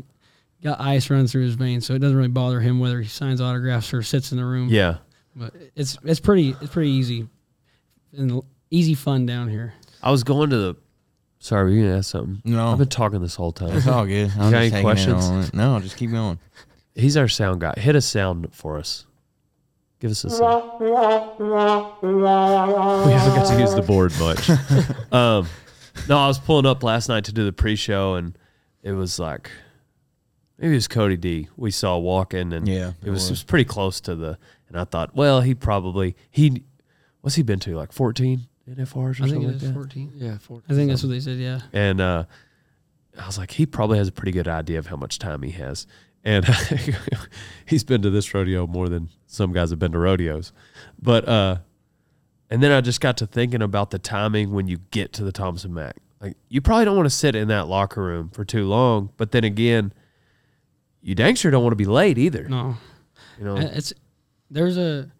C: got ice running through his veins, so it doesn't really bother him whether he signs autographs or sits in the room.
F: Yeah.
C: but it's it's pretty it's pretty easy and l- easy fun down here.
F: I was going to the. Sorry, were you gonna ask something?
D: No.
F: I've been talking this whole time.
D: It's all good. I'm
F: got any
D: just taking it
F: questions?
D: all in. No, just keep going.
F: He's our sound guy. Hit a sound for us. Give us a sound. we haven't got to use the board much. um, no, I was pulling up last night to do the pre-show, and it was like maybe it was Cody D. We saw walking, and
D: Yeah,
F: it
D: it
F: was,
D: was.
F: it was pretty close to the. And I thought, well, he probably he what's he been to like fourteen NFRs or
C: I
F: something
C: think
F: like
C: it is
F: that.
C: fourteen.
B: Yeah, four.
C: I think that's what they said. Yeah,
F: And uh, I was like, he probably has a pretty good idea of how much time he has. And he's been to this rodeo more than some guys have been to rodeos. But, uh, and then I just got to thinking about the timing when you get to the Thompson Mac. Like, you probably don't want to sit in that locker room for too long. But then again, you dang sure don't want to be late either.
C: no,
F: You know,
C: Uh, it's there's a.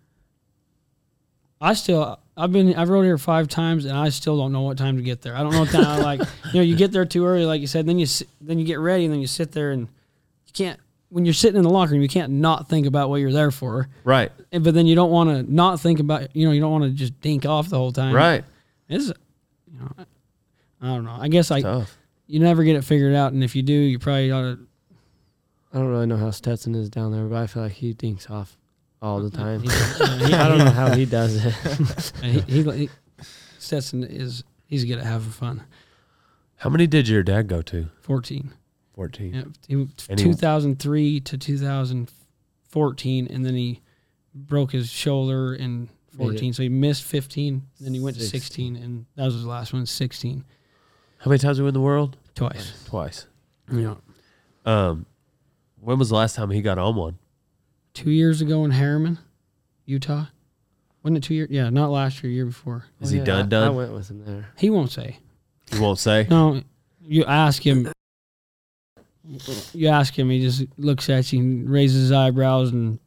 C: I still I've been I've rode here five times and I still don't know what time to get there. I don't know what time I like. You know, you get there too early, like you said. Then you sit, then you get ready and then you sit there and you can't when you're sitting in the locker room you can't not think about what you're there for.
F: right,
C: And- But then you don't want to not think about you know you don't want to just dink off the whole time.
F: right.
C: It's you know I don't know. I guess I
F: Tough.
C: you never get it figured out, and if you do, you probably ought to.
B: I don't really know how Stetson is down there, but I feel like he dinks off all the time. I
C: he,
B: don't know how he does it.
C: he, he, Stetson is he's good at having fun.
F: How many did your dad go to?
C: Fourteen.
F: 14.
C: Yeah, he,
F: And he-
C: 2003 to 2014, and then he broke his shoulder in 14, so he missed 15. Then he went to 16, and that was his last one, 16
F: How many times we win the world?
C: twice.
F: Twice.
C: You know,
F: Um, when was the last time he got on one?
C: two years ago in Harriman, Utah. Wasn't it two years? Yeah, not last year, year before.
F: Is
B: Oh,
F: he
B: yeah, I-
F: done?
B: I
F: Done?
B: went with him there.
C: He won't say.
F: He won't say.
C: No, you ask him. You ask him. He just looks at you and raises his eyebrows and,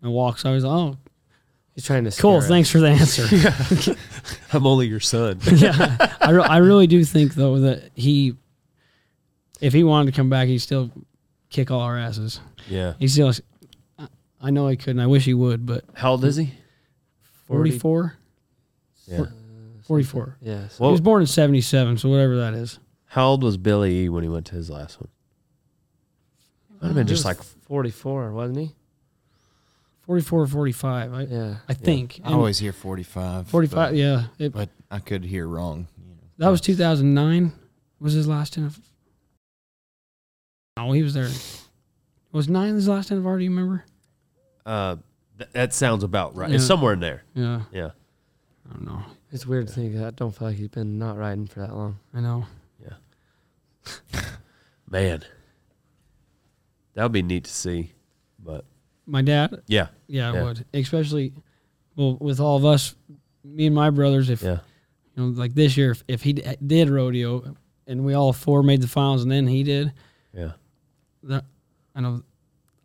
C: and walks. I was like, "Oh,
B: He's trying to. scare
C: cool.
B: us.
C: Thanks for the answer."
F: I'm only your son.
C: yeah, I, re- I really do think though that he, if he wanted to come back, he'd still kick all our asses.
F: yeah.
C: He still, I- I know he could, and I wish he would. But
F: How old is he?
B: 40
C: 44,
F: Yeah.
C: 44.
B: Yes.
C: He
F: Well,
C: was born in '77, so whatever that is.
F: how old was Billy E when he went to his last one? Might have been
B: He
F: just
B: was
F: like
B: 44, wasn't he?
C: 44 or 45. I,
B: Yeah.
C: I think.
D: I always hear 45.
C: 45.
D: but,
C: yeah, it,
D: But I could hear wrong.
C: That was 2009. Was his last NF? No, Oh, he was there. Was nine his last NFR? Do you remember?
F: uh, th- that sounds about right. It's
C: Yeah.
F: somewhere in there.
C: Yeah,
F: Yeah.
C: I don't know.
B: It's weird to think that I don't feel like he's been not riding for that long.
C: I know.
F: Man, that would be neat to see. But
C: My dad.
F: yeah,
C: Yeah, I
F: Yeah.
C: would. Especially, well, with all of us, me and my brothers. If
F: yeah,
C: you know, like this year, if, if he d- did rodeo, and we all four made the finals, and then he did,
F: yeah,
C: that I know.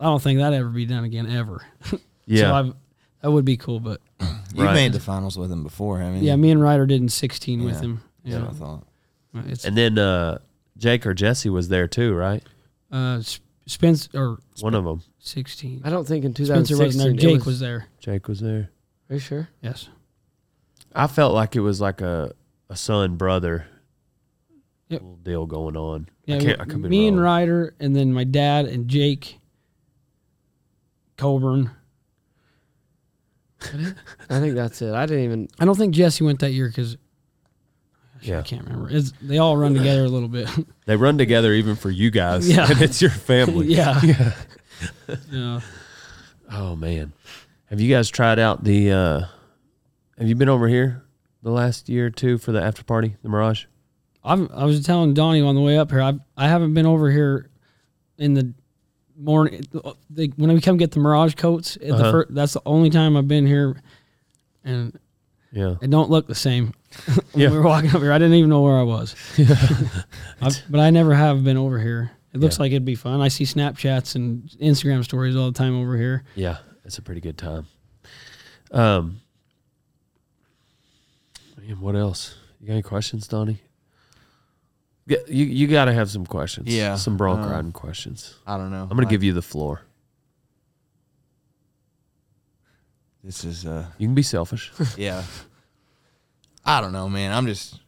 C: I don't think that'd ever be done again, ever. So
F: yeah.
C: I've, that would be cool, but
D: You
F: Right.
D: made the finals with him before, haven't you?
C: yeah, me and Ryder did in 16 with
D: Yeah.
C: him.
D: That's what
C: Yeah,
D: I thought.
C: it's
F: and then uh, Jake or Jesse was there too, right?
C: uh, Sp- Spence or
F: One of them.
C: 16.
B: I don't think in
C: Spencer
B: 2016.
C: wasn't there.
B: it
C: Jake was, there.
F: Jake was there.
B: Are you sure?
C: Yes.
F: I felt like it was like a, a son brother
C: Yep.
F: little deal going on.
C: Yeah.
F: I can't. I could be
C: me
F: wrong.
C: and Ryder, and then my dad and Jake Coburn.
B: I think that's it. I didn't even.
C: I don't think Jesse went that year because
F: Yeah.
C: I can't remember. It's, they all run together a little bit.
F: They run together even for you guys.
C: Yeah.
F: And it's your family.
C: yeah. Yeah.
F: Oh man. Have you guys tried out the uh have you been over here the last year or two for the after party, the Mirage?
C: I've, I was telling Donnie on the way up here. I I haven't been over here in the morning. They, when we come get the Mirage coats, at the
F: Uh-huh.
C: fir- that's the only time I've been here, and
F: Yeah.
C: it don't look the same. when
F: Yeah.
C: we were walking up here, I didn't even know where I was. I've- but I never have been over here. It looks
F: Yeah.
C: like it'd be fun. I see Snapchats and Instagram stories all the time over here.
F: Yeah, it's a pretty good time. Um man, what else? You got any questions, Donnie? Yeah, you you gotta have some questions.
D: Yeah,
F: Some bronc
D: um,
F: riding questions.
D: I don't know.
F: I'm gonna give you the floor.
D: This is uh
F: You can be selfish.
D: yeah. I don't know, man. I'm just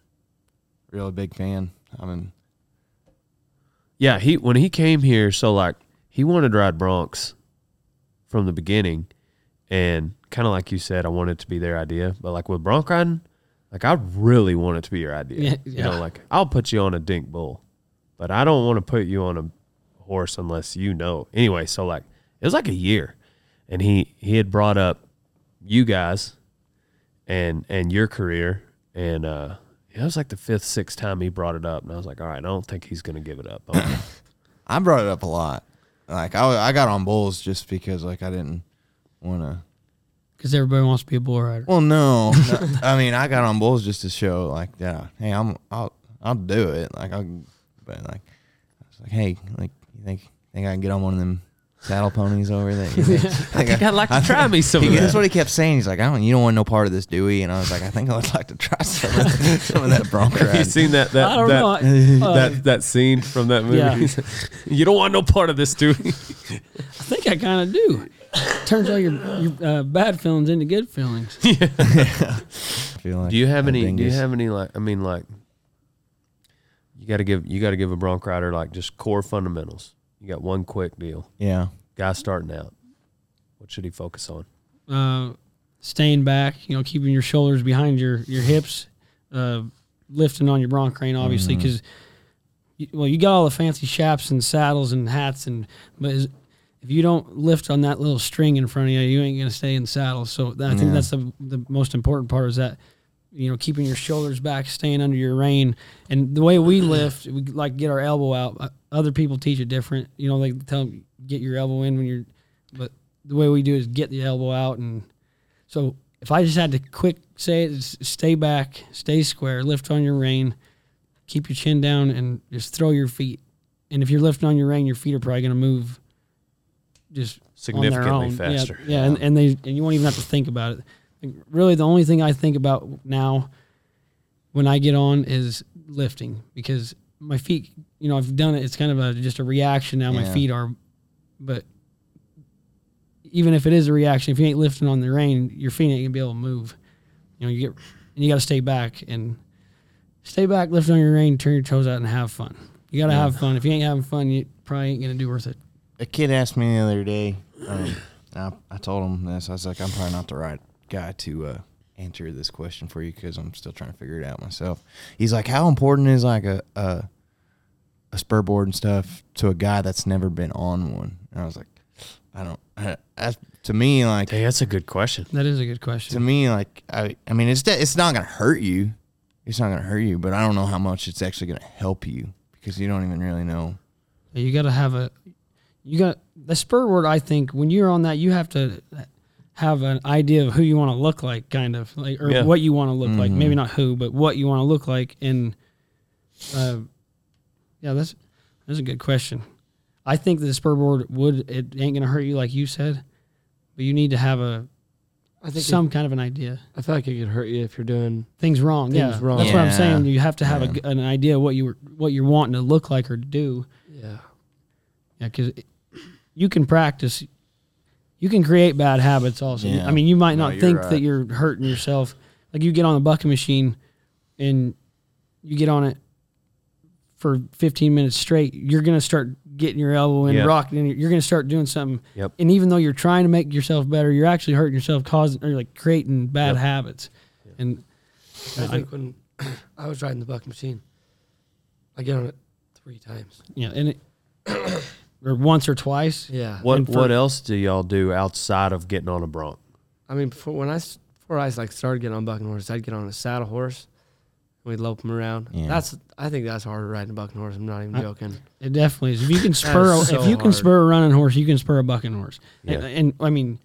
D: real big fan. I mean,
F: Yeah, he when he came here, so like he wanted to ride Bronx from the beginning, and kind of like you said, I want it to be their idea. But like with Bronc riding, like I really want it to be your idea.
C: Yeah,
F: You know,
C: yeah.
F: like I'll put you on a dink bull, but I don't want to put you on a horse unless you know. Anyway, so like it was like a year, and he he had brought up you guys and and your career and uh it was like the fifth sixth time he brought it up and i was like all right i don't think he's gonna give it up I'm gonna
D: I brought it up a lot. Like I, I got on bulls just because like I didn't want to.
C: Because everybody wants to be a bull rider.
D: Well, no, no. I mean I got on bulls just to show like yeah, hey, I'm I'll I'll do it. Like I, but like I was like, hey, like you think think I can get on one of them saddle ponies over there? You think- think I-
F: like to try me some
D: He- that's what he kept saying. He's like, I don't, you don't want no part of this, do we? And I was like, I think I would like to try some of, some of that bronc
F: you
D: ride.
F: seen that
C: I
F: that
C: don't
F: that,
C: know. I, uh,
F: that that scene from that movie
C: Yeah.
F: you don't want no part of this dude
C: I think I kind of do. Turns all your, your uh, bad feelings into good feelings.
D: I feel like
F: do you have
D: a
F: any do you
D: dingus.
F: have any like i mean like you gotta give you gotta give a bronc rider like just core fundamentals you got one quick deal
D: Yeah,
F: guy starting out what should he focus on
C: Uh, staying back, you know, keeping your shoulders behind your your hips, uh, lifting on your bronc crane, obviously, because well, you got all the fancy chaps and saddles and hats, and but is, if you don't lift on that little string in front of you, you ain't gonna stay in saddle. So that, I think
D: Yeah.
C: that's the the most important part is that. You know, keeping your shoulders back, staying under your rein, and the way we lift, we like get our elbow out. Uh, Other people teach it different. You know, they tell them get your elbow in when you're, but the way we do is get the elbow out and so if I just had to quick say it, it's stay back, stay square, lift on your rein, keep your chin down, and just throw your feet. And if you're lifting on your rein, your feet are probably going to move just on their
F: Significantly
C: own. Yeah,
F: faster.
C: Yeah, And, and they and you won't even have to think about it. Like, really, the only thing I think about now when I get on is lifting because my feet, you know, I've done it. It's kind of a just a reaction now. My
D: Yeah.
C: feet are, but even if it is a reaction, if you ain't lifting on the rein, your feet ain't gonna be able to move. You know, you get and you gotta stay back and stay back, lift on your rein, turn your toes out, and have fun. You gotta have fun. If you ain't having fun, you probably ain't gonna do worth it.
D: a kid asked me the other day. Um, I, I told him this. I was like, I'm probably not the right guy to uh, answer this question for you because I'm still trying to figure it out myself. He's like, how important is like a, a a spur board and stuff to a guy that's never been on one? And I was like, I don't. I, I, to me, like
F: Dang, that's a good question
C: That is a good
D: to
C: question.
D: me, like I, I mean, it's de- it's not gonna hurt you. It's not gonna hurt you, but I don't know how much it's actually gonna help you because you don't even really know.
C: You gotta have a you got the spur word. I think when you're on that, you have to have an idea of who you want to look like, kind of like or
F: Yeah.
C: what you want to look
D: Mm-hmm.
C: like. Maybe not who, but what you want to look like. And uh, yeah, that's that's a good question. I think that the spur board would it ain't gonna hurt you like you said, but you need to have a
B: I think
C: some kind of an idea.
B: I feel like it could hurt you if you're doing.
C: Things wrong.
B: Things
C: yeah,
B: wrong.
C: that's what I'm
D: Yeah.
C: saying. You have to have a g an idea what you were what you're wanting to look like or do.
B: Yeah.
C: Yeah, because you can practice. You can create bad habits also.
D: Yeah.
C: I mean, you might not
D: you're
C: think that
D: right.
C: you're hurting yourself. Like you get on a bucket machine and you get on it for 15 minutes straight, you're going to start getting your elbow in,
F: Yeah.
C: rocking in. You're going to start doing something.
F: Yep.
C: And even though you're trying to make yourself better, you're actually hurting yourself, causing or like creating bad habits. And
B: I think when I was riding the buck machine. I get on it three times.
C: Yeah, and it or once or twice.
B: Yeah.
F: What
C: And for-
F: What else do y'all do outside of getting on a bronc?
B: I mean, before when I s- before I like started getting on bucking horses, I'd get on a saddle horse. We'd lope him around.
D: Yeah.
B: That's I think that's harder riding a bucking horse. I'm not even
C: I-
B: joking.
C: It definitely is. If you can spur,
B: is so
C: if you can
B: hard.
C: spur a running horse, you can spur a bucking horse.
F: Yeah.
C: And, and, I mean,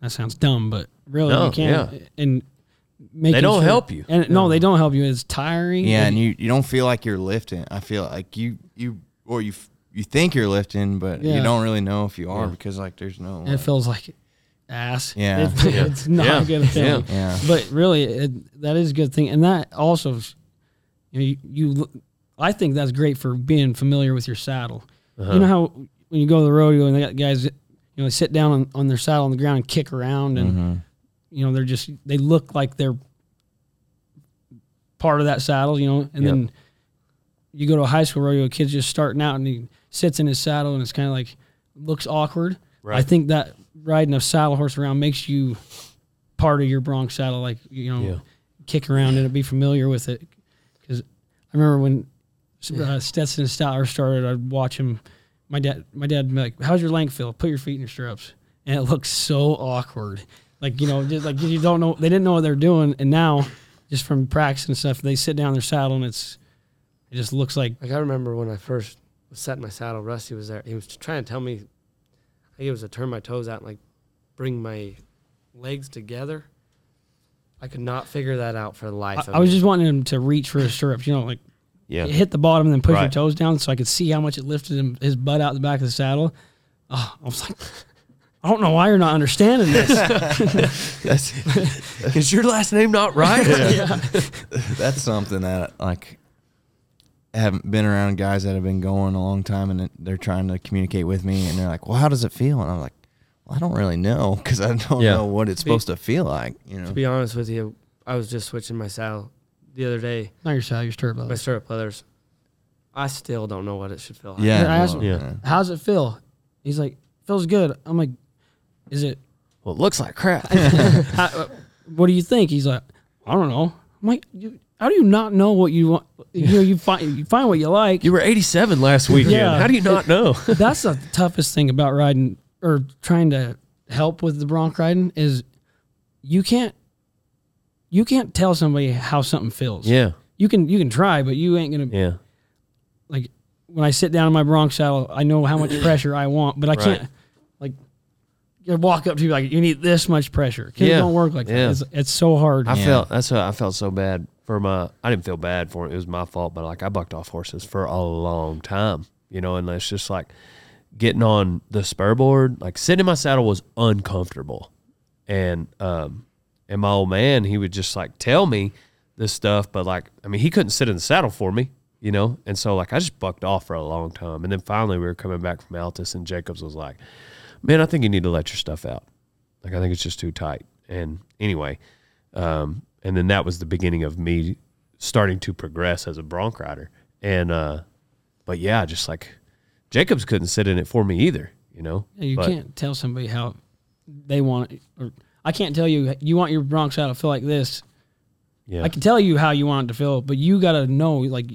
C: that sounds dumb, but really,
F: No,
C: you can't.
F: yeah.
C: And making
F: don't
C: sure-
F: help you.
C: And no, they don't help you. It's tiring.
D: Yeah, and you, you don't feel like you're lifting. I feel like you you or you f- you think you're lifting, but
C: Yeah.
D: you don't really know if you are because like there's no.
C: and it feels like ass.
D: Yeah.
C: It's, it's not
F: Yeah.
C: a good thing.
F: Yeah.
D: yeah,
C: but really it, that is a good thing and that also is- you, know, you, you i think that's great for being familiar with your saddle you know how when you go to the rodeo and they got guys that, you know they sit down on, on their saddle on the ground and kick around and you know they're just they look like they're part of that saddle you know and then you go to a high school rodeo a kid's just starting out and he sits in his saddle and it's kind of like looks awkward i
F: Right.
C: think that riding a saddle horse around makes you part of your bronc saddle, like you know,
F: Yeah.
C: kick around and be familiar with it. Because I remember when uh, Stetson and Stoutler started, I'd watch him. My dad, my dad, be like, "How's your length feel? Put your feet in your stirrups." And it looked so awkward, like you know, just like you don't know. They didn't know what they're doing, and now just from practice and stuff, they sit down in their saddle and it's it just looks like
B: Like I remember when I first was setting my saddle, Rusty was there. He was trying to tell me, I think it was to turn my toes out and like bring my legs together. I could not figure that out for the
C: I,
B: life of
C: I was
B: me.
C: just wanting him to reach for his stirrups, you know, like
F: Yeah.
C: It hit the bottom and then push your
F: Right.
C: toes down so I could see how much it lifted him, his butt out the back of the saddle. Oh, I was like, I don't know why you're not understanding this.
F: Is your last name not right?
D: that's something that like I haven't been around guys that have been going a long time and they're trying to communicate with me and they're like, "Well, how does it feel?" And I'm like, "Well, I don't really know because I don't
F: Yeah.
D: know what it's supposed to feel like." You know,
B: to be honest with you, I was just switching my saddle the other day,
C: not your saddle, your stirrup.
B: my
C: leather.
B: stirrup leathers. I still don't know what it should feel like.
D: yeah,
C: I asked
D: well,
C: him-
F: Yeah.
C: How's it feel? He's like, feels good. I'm like, is it,
F: well, it looks like crap.
C: how, uh, what do you think? He's like, I don't know. I'm like, you, how do you not know what you want? You know, you find, you find what you like.
F: You were 87 last weekend.
C: Yeah.
F: How do you not know?
C: That's the toughest thing about riding or trying to help with the bronc riding is you can't you can't tell somebody how something feels.
F: yeah.
C: You can you can try, but you ain't gonna
F: Yeah.
C: like when I sit down in my bronc saddle, I know how much pressure I want, but I can't like you walk up to you like you need this much pressure. Kids
F: Yeah.
C: don't work like
F: Yeah.
C: that. It's, it's so hard.
F: I
D: Yeah.
F: felt that's what I felt so bad for my. I didn't feel bad for it. It was my fault, but like I bucked off horses for a long time, you know. And it's just like getting on the spur board, like sitting in my saddle was uncomfortable, and um, and my old man he would just like tell me this stuff, but like I mean he couldn't sit in the saddle for me, you know. And so like I just bucked off for a long time, and then finally we were coming back from Altus, and Jacobs was like, "Man, I think you need to let your stuff out. Like I think it's just too tight." And anyway, um, and then that was the beginning of me starting to progress as a bronc rider. And uh, but yeah, just like Jacobs couldn't sit in it for me either, you know.
C: Yeah, You
F: But-
C: can't tell somebody how they want it. Or I can't tell you you want your bronc saddle to feel like this.
F: Yeah,
C: I can tell you how you want it to feel, but you gotta know like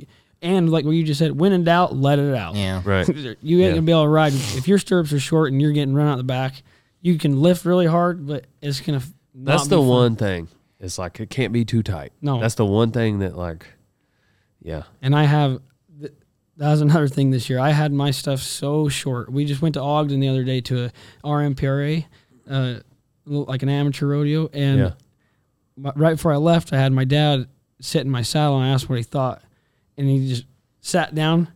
C: and like what you just said, when in doubt, let it out.
D: yeah,
F: right.
C: You ain't
F: Yeah.
C: gonna be able to ride if your stirrups are short and you're getting run out the back. You can lift really hard, but it's gonna. f- not
F: That's
C: be
F: the
C: fun.
F: one thing. It's like it can't be too tight.
C: No.
F: that's the one thing that like, yeah,
C: And I have. th- That was another thing this year. I had my stuff so short. We just went to Ogden the other day to a RMPRA, uh, little- like an amateur rodeo, and
F: yeah,
C: my, right before I left, I had my dad sit in my saddle and I asked what he thought, and he just sat down,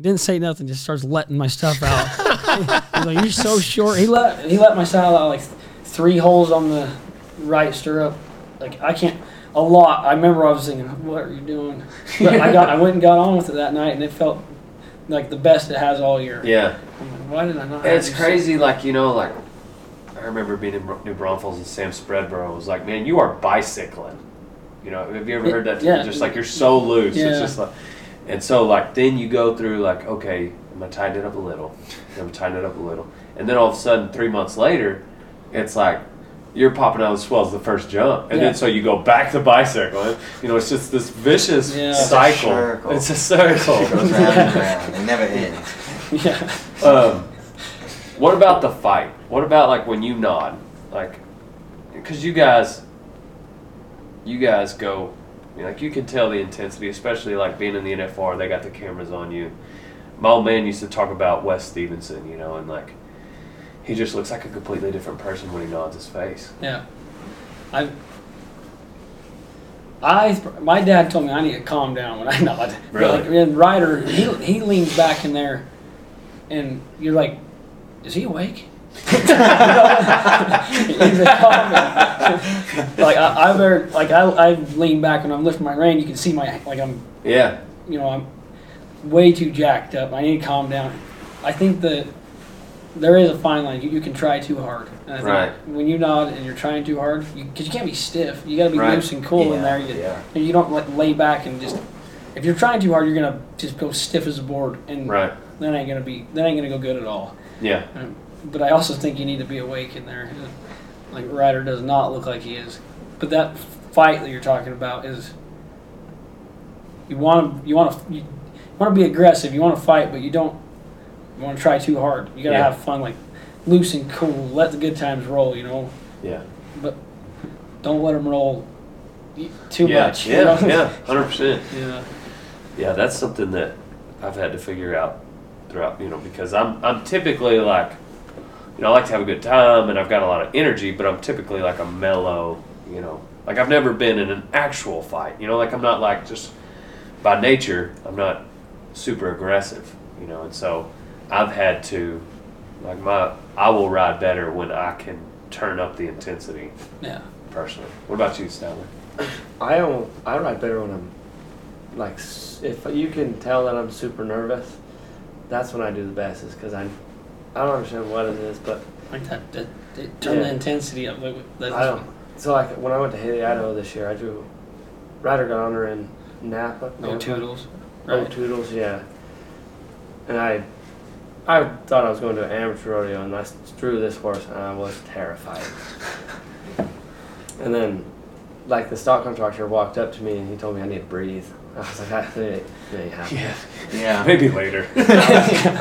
C: didn't say nothing, just starts letting my stuff out. He's like, "You're so short." He let he let my saddle out like th- three holes on the right stirrup. Like I can't a lot. I remember I was thinking, "What are you doing?" But I got I went and got on with it that night, and it felt like the best it has all year.
A: Yeah.
C: I'm like, Why did I not? have
A: It's
C: this?"
A: crazy, like, you know, like, I remember being in Bro- New Braunfels and Sam Spreadborough was like, man, you are bicycling. You know, have you ever heard that?
C: Yeah.
A: Just like, you're so loose.
C: Yeah.
A: It's just like, and so, like, then you go through, like, okay, I'm going to tighten it up a little. I'm going to tighten it up a little. And then all of a sudden, three months later, it's like, you're popping out of the swells the first jump, and
C: Yeah.
A: then so you go back to bicycle. And, you know, it's just this vicious
C: Yeah. It's a
A: cycle.
D: circle.
A: It's a circle.
D: It goes round and round. It never ends.
C: Yeah.
A: Um, what about the fight? What about like when you nod, like, because you guys, you guys go, I mean, like you can tell the intensity, especially like being in the NFR. They got the cameras on you. My old man used to talk about Wes Stevenson, you know, and like, he just looks like a completely different person when he nods his face.
C: Yeah. I. I my dad told me I need to calm down when I nod. But,
A: Really?
C: Like, and Ryder, he he leans back in there, and you're like, is he awake? He's like, calm down. like I, I better like I I lean back when I'm lifting my rein. You can see my like I'm
A: Yeah,
C: you know, I'm way too jacked up. I need to calm down. I think that there is a fine line. You, you can try too hard. And I think
A: Right.
C: When you nod and you're trying too hard, because you, 'cause you can't be stiff. You got to be
A: Right.
C: loose and cool
D: Yeah,
C: in there. You,
D: yeah.
C: and you don't like lay back and just. If you're trying too hard, you're gonna just go stiff as a board, and
A: right.
C: then ain't gonna be then ain't gonna go good at all.
A: Yeah,
C: Um, But I also think you need to be awake in there. Like Ryder does not look like he is. But that fight that you're talking about is you want to you want to you want to be aggressive. You want to fight, but you don't you want to try too hard. You gotta
A: Yeah.
C: have fun, like loose and cool. Let the good times roll. You know,
A: yeah,
C: but don't let them roll y- too
A: yeah,
C: much. you
A: Yeah,
C: know?
A: yeah, hundred percent.
C: yeah.
A: Yeah, that's something that I've had to figure out throughout, you know, because I'm I'm typically like, you know, I like to have a good time and I've got a lot of energy, but I'm typically like a mellow, you know, like I've never been in an actual fight, you know, like I'm not like just by nature, I'm not super aggressive, you know, and so I've had to like my I will ride better when I can turn up the intensity
C: Yeah.
A: personally. What about you, Stanley?
B: I don't. I ride better when I'm like s- if you can tell that I'm super nervous. That's when I do the best, is because I, I don't understand what it is, but
C: Like that. that it turned
B: Yeah.
C: the intensity up. Like, that's,
B: I don't. So like when I went to Haley, Idaho this year, I drew. Ryder got on her in Napa.
C: No toodles.
B: Oh, Toodles, yeah. And I, I thought I was going to an amateur rodeo, and I s- drew this horse, and I was terrified. and then, like the stock contractor walked up to me, and he told me I need to breathe. I was like, I think it may happen.
D: Yeah.
A: Maybe later.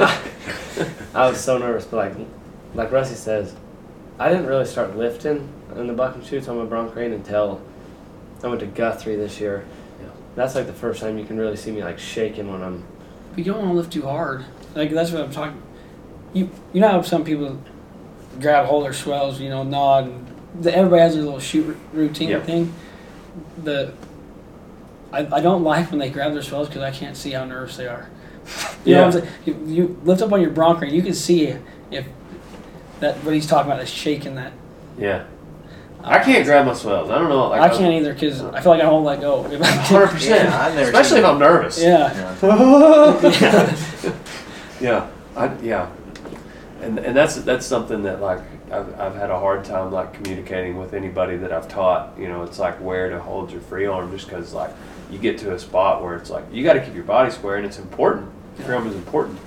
B: I was so nervous, but like, like Rusty says, I didn't really start lifting in the buck and shoots on my bronc crane until I went to Guthrie this year. That's like the first time you can really see me like shaking when I'm
C: But you don't want to lift too hard. Like that's what I'm talking. You you know how some people grab hold of their swells, you know, nod. And the, everybody has their little shoot r- routine
A: Yeah.
C: thing. The I, I don't like when they grab their swells because I can't see how nervous they are. You know what I'm saying? You, you lift up on your bronc ring, you can see if that what he's talking about is shaking that.
A: Yeah. I
C: Uh,
A: can't grab my swells. I don't know. Like,
C: I can't either because I feel like I won't let go.
A: Hundred percent.
D: Yeah, I've never
A: Especially
D: seen
A: if I'm nervous.
C: yeah.
D: Yeah.
A: yeah. Yeah. I, yeah. And and that's that's something that like I've, I've had a hard time like communicating with anybody that I've taught. You know, it's like where to hold your free arm, just because like you get to a spot where it's like you got to keep your body square, and it's important. Free arm is important.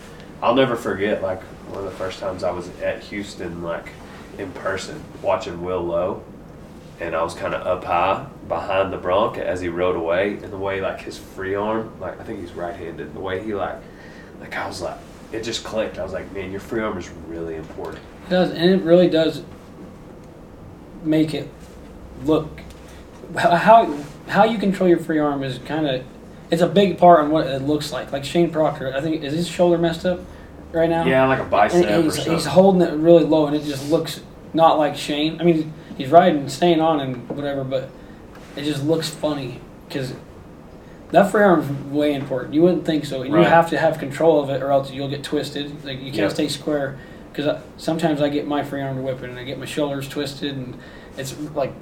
A: I'll never forget like one of the first times I was at Houston like in person watching Will Lowe and I was kind of up high behind the bronc as he rode away, and the way like his free arm, like I think he's right-handed, the way he like, like I was like, it just clicked. I was like, man, your free arm is really important.
C: It does, and it really does make it look how- how how you control your free arm is kind of it's a big part on what it looks like. Like Shane Proctor, I think is his shoulder messed up right now.
A: Yeah, like a
C: and
A: bicep or
C: he's,
A: something.
C: he's holding it really low, and it just looks not like Shane. I mean, he's riding, staying on, and whatever, but it just looks funny because that free arm is way important. You wouldn't think so. and You
A: Right.
C: have to have control of it, or else you'll get twisted. Like you
A: Yeah.
C: can't stay square because sometimes I get my free arm to whipping, and I get my shoulders twisted, and it's like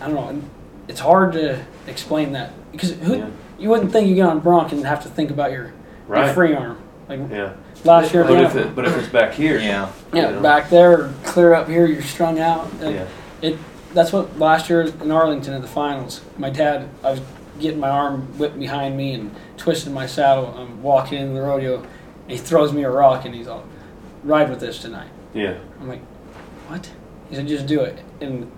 C: I don't know. and It's hard to explain that because who
A: Yeah.
C: you wouldn't think you get on Bronk and have to think about your,
A: Right.
C: your free arm. Like
A: yeah,
C: last year,
A: but
C: Bronk-
A: if it, but if it's back here,
D: Yeah.
A: you
C: yeah,
A: know?
C: back there, or clear up here, you're strung out. And
A: yeah,
C: It that's what last year in Arlington at the finals. My dad, I was getting my arm whipped behind me and twisted my saddle. I'm walking into the rodeo, and he throws me a rock, and he's all, "Ride with this tonight."
A: yeah,
C: I'm like, "What?" He said, just do it. And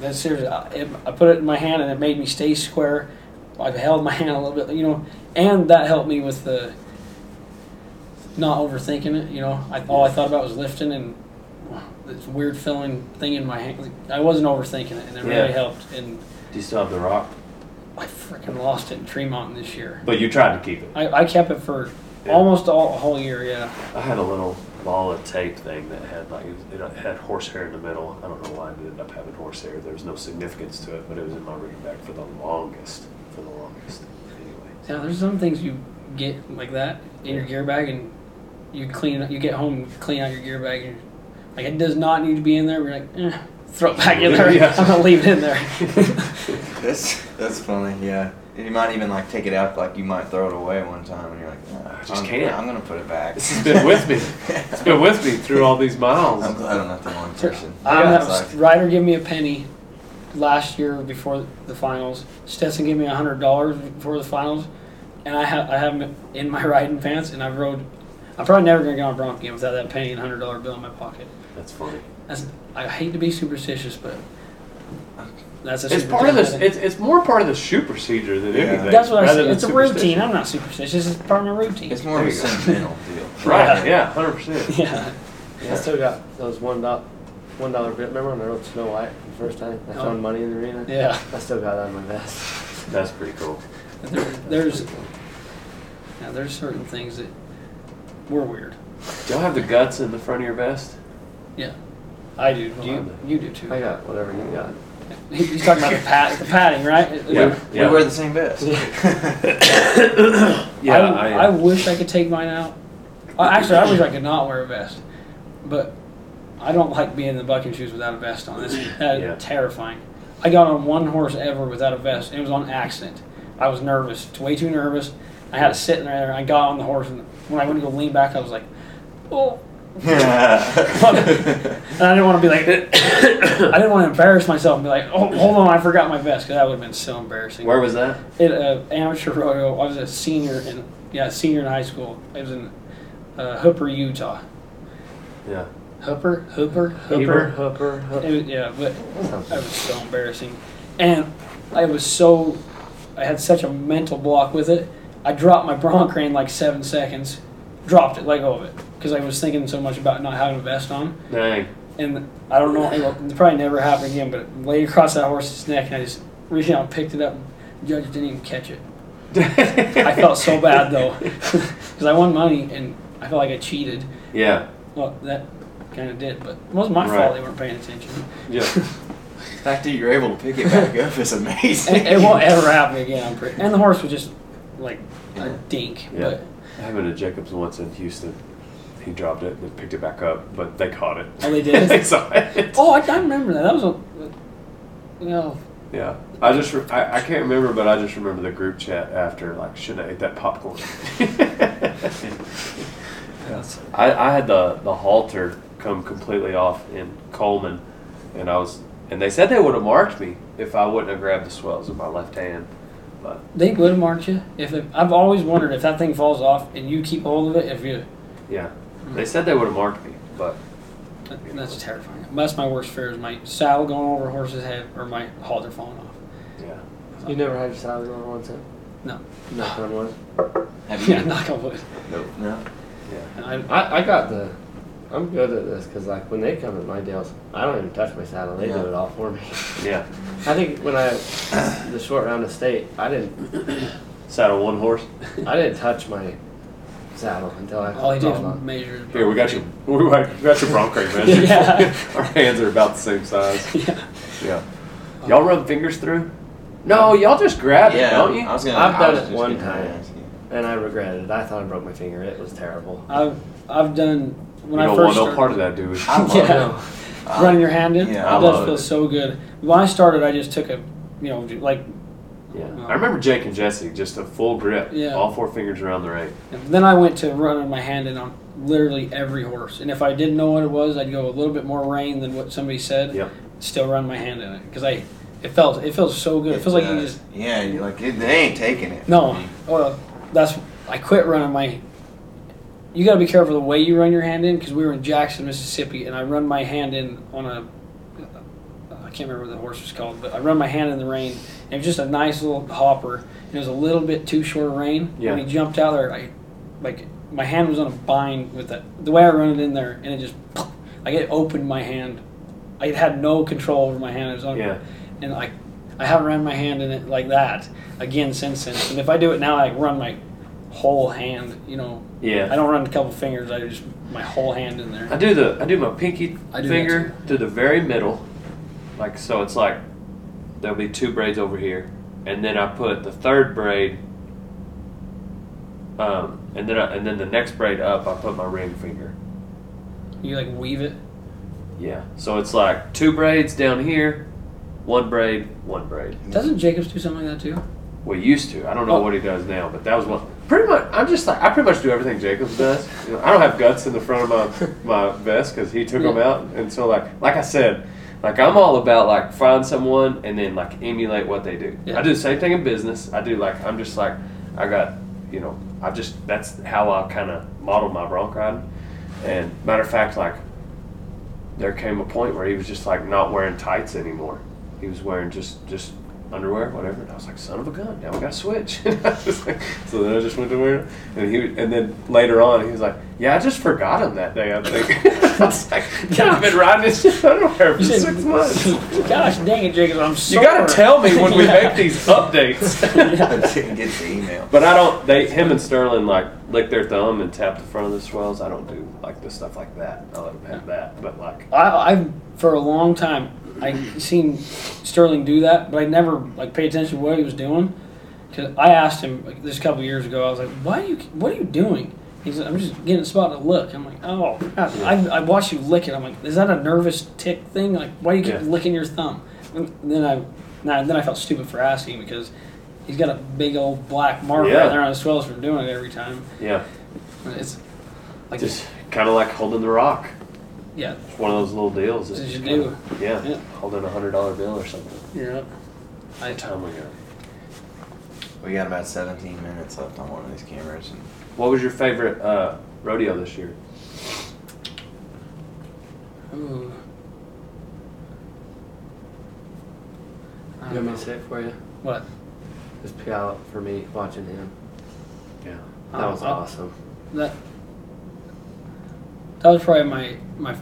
C: that's serious. I, it, I put it in my hand and it made me stay square. I held my hand a little bit, you know, and that helped me with the not overthinking it. You know, I, all I thought about was lifting and this weird feeling thing in my hand. I wasn't overthinking it, and it
A: Yeah.
C: really helped. And
A: Do you still have the rock?
C: I freaking lost it in Tremont this year.
A: But you tried to keep it.
C: I, I kept it for
A: Yeah.
C: almost all, a whole year. Yeah.
A: I had a little ball of tape thing that had like it, was- it had horsehair in the middle. I don't know why it ended up having horsehair. There was no significance to it, but it was in my ring bag for the longest. For the longest, anyway.
C: Yeah, there's some things you get like that in your gear bag, and you clean. You get home, clean out your gear bag, and like it does not need to be in there. We're like, eh, throw it back in there.
A: Yeah.
C: I'm gonna leave it in there.
D: That's that's funny. Yeah, and you might even like take it out. Like you might throw it away one time, and you're like, "Nah,
A: I just
D: I'm-
A: can't."
D: I'm gonna put it back.
A: This has been with me. It's been with me through all these miles.
D: I'm glad I'm not the one person.
C: I
D: Yeah,
C: have
D: it's like-
C: Ryder give me a penny last year before the finals. Stetson gave me a hundred dollars before the finals, and I have I have them in my riding pants, and I've rode. I'm probably never gonna go on a Bronc again without that penny and hundred dollar bill in my pocket.
A: That's funny.
C: That's, I hate to be superstitious, but that's a
A: It's part of this.
C: superstition.
A: It's, it's more part of the shoe procedure than
D: Yeah.
A: anything.
C: That's what I
A: rather
C: said.
A: than
C: It's a
A: superstition.
C: routine. I'm not superstitious. It's part of my routine.
D: It's more of a
A: There you go.
D: sentimental deal.
A: Right? Yeah, hundred percent.
C: yeah.
B: I still got those one dollar, one dollar bit. Remember when I wrote Snow White the first time? I
C: Oh.
B: found money in the arena.
C: Yeah.
B: I still got that in my vest.
A: That's pretty cool.
C: There, there's yeah, there's certain things that were weird.
A: Do y'all have the guts in the front of your vest?
C: Yeah. I do. Do you? You do
B: I
C: too.
B: got whatever you got.
C: He's talking about the, pat, the padding, right?
D: We wear the same vest.
A: yeah.
C: I, I wish I could take mine out. Uh, Actually, I wish I could not wear a vest, but I don't like being in the bucking shoes without a vest on. It's that is
A: Yeah.
C: terrifying. I got on one horse ever without a vest. and It was on accident. I was nervous, way too nervous. I had to sit in there. I got on the horse, and when I went to go lean back, I was like, "Oh!" And I didn't want to be like, I didn't want to embarrass myself and be like, "Oh, hold on, I forgot my vest," because that would have been so embarrassing.
A: Where was that?
C: At uh, amateur rodeo, I was a senior in yeah senior in high school. I was in uh, Hooper, Utah.
A: Yeah.
C: Hooper, Hooper,
A: Heber?
C: Hooper.
B: Hooper. Hooper.
C: It was, yeah, but that was so embarrassing, and I was so I had such a mental block with it. I dropped my bronc rein like seven seconds, dropped it, let go of it, because I was thinking so much about not having a vest on.
A: Dang.
C: And I don't know, it will- it probably never happened again, but it laid across that horse's neck, and I just reached out and picked it up. and Judge didn't even catch it. I felt so bad though, because I won money and I felt like I cheated.
A: Yeah.
C: Well, that kind of did, but it wasn't my
A: Right.
C: fault they weren't paying attention.
A: Yeah.
D: The fact that you're able to pick it back up is amazing.
C: It, it won't ever happen again. I'm pretty. And the horse was just like a dink.
A: Yeah. I happened to Jacobs once in Houston. He dropped it and then picked it back up, but they caught it.
C: Oh, they did?
A: they saw it.
C: But oh, I, I remember that. That was a you know
A: Yeah. I just, re- I, I can't remember, but I just remember the group chat after, like, shouldn't have ate that popcorn. I, I had the, the halter come completely off in Coleman, and I was, and they said they would have marked me if I wouldn't have grabbed the swells in my left hand. But
C: they would mark you if it, I've always wondered if that thing falls off and you keep hold of it. If you
A: yeah, they said they would have marked me, but
C: that- that's terrifying. That's my worst fear is my saddle going over a horse's head or my halter falling off.
A: yeah.
B: You never had your salad over one time?
C: No.
B: Not on one.
D: Have
C: Yeah,
D: you?
C: knock on wood.
D: Nope. No.
C: And I,
B: I, I got the. I'm good at this because like when they come at my deals, I don't even touch my saddle. They
D: Yeah.
B: do it all for me.
A: Yeah.
B: I think when I the short round of state, I didn't
A: Sat on one horse.
B: I didn't touch my saddle until I
C: all he did
B: crawled
C: was
B: on.
C: measure. his
A: Here, we got you. We got your bronc ring, man.
C: Yeah.
A: Our hands are about the same size.
C: Yeah.
A: Yeah. Y'all run fingers through? No, y'all just grab it,
D: Yeah.
A: don't you?
D: I was gonna.
B: I've
D: I
B: done
D: was
B: it
D: just
B: one
D: gonna
B: time.
D: ask you.
B: and I regretted it. I thought I broke my finger. It was terrible.
C: I've I've done when
A: you
C: I
A: don't want
C: first
A: no
C: started-
A: part of that, do we?
D: I love
C: Yeah.
D: it. I-
C: running your hand in.
D: Yeah, I
C: it does
D: love
C: feel
D: it.
C: so good. When I started, I just took a, you know, like
A: Yeah. I remember Jake and Jesse, just a full grip,
C: Yeah.
A: all four fingers around the ring.
C: then I went to running my hand in on literally every horse. And if I didn't know what it was, I'd go a little bit more rain than what somebody said.
A: Yep.
C: Still run my hand in it because I, it felt it feels so good. It feels like you
D: does.
C: just
D: Yeah, you're like it, they ain't taking it.
C: no.
A: Mm-hmm.
C: Well, that's I quit running my. You gotta be careful the way you run your hand in because we were in Jackson, Mississippi, and I run my hand in on a I can't remember what the horse was called, but I run my hand in the rein. And it was just a nice little hopper. And it was a little bit too short of rein.
A: Yeah.
C: When he jumped out there, I, like my hand was on a bind with that. The way I run it in there, and it just, like it opened my hand. I had no control over my hand. It was on,
A: Yeah.
C: and I, I haven't run my hand in it like that again since then. And if I do it now, I run my whole hand. You know, I
A: Yeah.
C: don't run a couple fingers. I just my whole hand in there.
A: I do the I do my pinky
C: I do that
A: finger to the very middle, like so. It's like there'll be two braids over here, and then I put the third braid, um, and then I, and then the next braid up, I put my ring finger.
C: You like weave it.
A: Yeah. So it's like two braids down here, one braid, one braid.
C: Doesn't Jacobs do something like that too?
A: We used to. I don't know
C: Oh.
A: what he does now, but that was one. Pretty much, I'm just like I pretty much do everything Jacobs does. You know, I don't have guts in the front of my my vest because he took them
C: Yeah.
A: out, and so like like I said, like I'm all about like find someone and then like emulate what they do.
C: Yeah.
A: I do the same thing in business. I do like I'm just like I got you know I just that's how I kind of modeled my bronc riding. And matter of fact, like there came a point where he was just like not wearing tights anymore. He was wearing just just underwear, whatever. And I was like, son of a gun, now we gotta switch. And I was like- so then I just went to wear it. And he and then later on he was like, yeah, I just forgot him that day. I think I was like, yeah, I've been riding in just underwear for six months.
C: Gosh dang it, Jacobs! I'm
A: You
C: sorry.
A: gotta tell me when we
C: Yeah.
A: make these updates.
D: Didn't get the email.
A: But I don't. They him and Sterling like lick their thumb and tap the front of the swells. I don't do like the stuff like that. I let them have that. But like
C: I, I've for a long time I seen Sterling do that, but I never like paid attention to what he was doing. Cause I asked him like, this a couple years ago. I was like, "Why are you? What are you doing?" He's like, "I'm just getting a spot to look." I'm like, "Oh, crap. I, I watched you lick it." I'm like, "Is that a nervous tick thing? Like, why do you keep
A: Yeah.
C: licking your thumb?" And then I, now then I felt stupid for asking because he's got a big old black mark
A: Yeah.
C: right there on his swells for doing it every time.
A: yeah,
C: It's like
A: just kind of like holding the rock.
C: yeah,
A: It's one of those little deals. It's
C: Did
A: just
C: you
A: kinda- Yeah,
C: Yeah.
A: holding a hundred dollar bill or something.
C: yeah. I,
A: Time we got.
D: We got about 17 minutes left on one of these cameras, and
A: What was your favorite uh, rodeo this year?
C: Ooh. I
B: You want
C: don't
B: me
C: know.
B: to say it for you?
C: Um, What?
B: Just Puyallup for me, watching him.
A: Yeah,
C: Um,
B: That was awesome.
C: That that was probably my my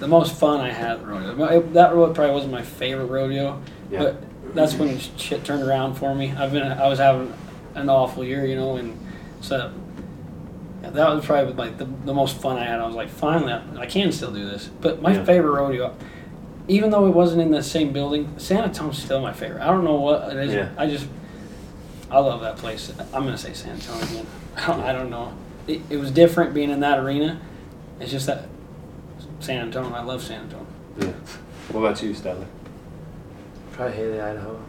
C: the most fun I had at the rodeo. My- That rodeo probably wasn't my favorite rodeo,
A: Yeah.
C: but that's when shit turned around for me. I've been I was having an awful year, you know, and so yeah, that was probably like the, the most fun I had. I was like, finally, I, I can still do this. But my
A: Yeah.
C: favorite rodeo, even though it wasn't in the same building, San Antonio's still my favorite. I don't know what it is.
A: Yeah.
C: I just I love that place. I'm gonna say San Antonio again. I don't, I don't know. It, it was different being in that arena. It's just that San Antonio. I love San Antonio.
A: yeah. What about you, Stellar?
B: Probably Haley, Idaho.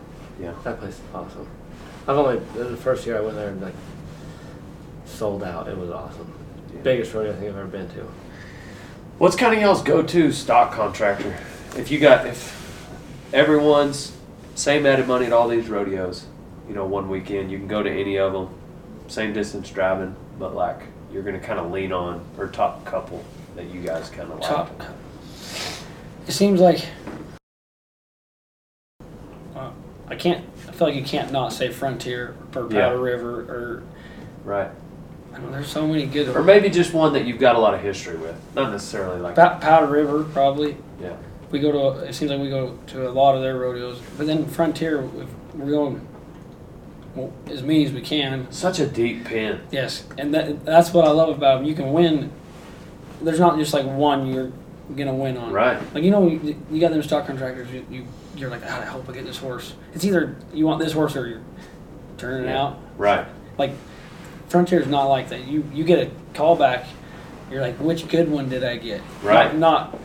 A: Yeah.
B: That place is awesome. I've only it was the first year I went there and like sold out. It was awesome.
A: Yeah.
B: Biggest rodeo I think I've ever been to.
A: What's kind of y'all's go-to stock contractor? If you got if everyone's same added money at all these rodeos, you know, one weekend you can go to any of them, same distance driving, but like you're gonna kind of lean on or top couple that you guys kind of like.
C: Top. It seems like uh, I can't. I feel like you can't not say Frontier or Powder
A: Yeah.
C: River or
A: Right.
C: I don't know, there's so many good.
A: Or maybe just one that you've got a lot of history with. Not necessarily like
C: Pa- Powder River probably.
A: Yeah.
C: We go to. It seems like we go to a lot of their rodeos, but then Frontier if we're going well, as many as we can.
A: Such a deep pin.
C: Yes, and that, that's what I love about them. You can win. There's not just like one you're gonna win on.
A: Right.
C: Like you know, you, you got them stock contractors. You, you you're like, "Ah, I hope I get this horse. It's either you want this horse or you're turning it
A: Yeah.
C: out.
A: Right.
C: Like Frontier's not like that. You you get a call back. You're like, which good one did I get?
A: Right.
C: Not, not-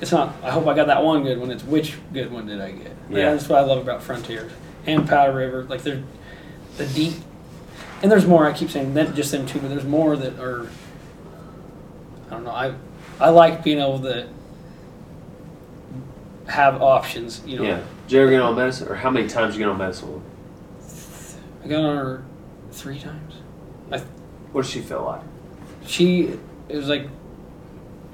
C: it's not. I hope I got that one good one. It's which good one did I get?
A: Yeah.
C: That's what I love about Frontier and Powder River. Like they're the deep. And there's more. I keep saying that just them two, but there's more that are. I don't know. I I like being able to have options. You know.
A: Yeah. Did you ever get on medicine? Or how many times you get on medicine?
C: I got on her three times.
A: What does she feel like?
C: she it was like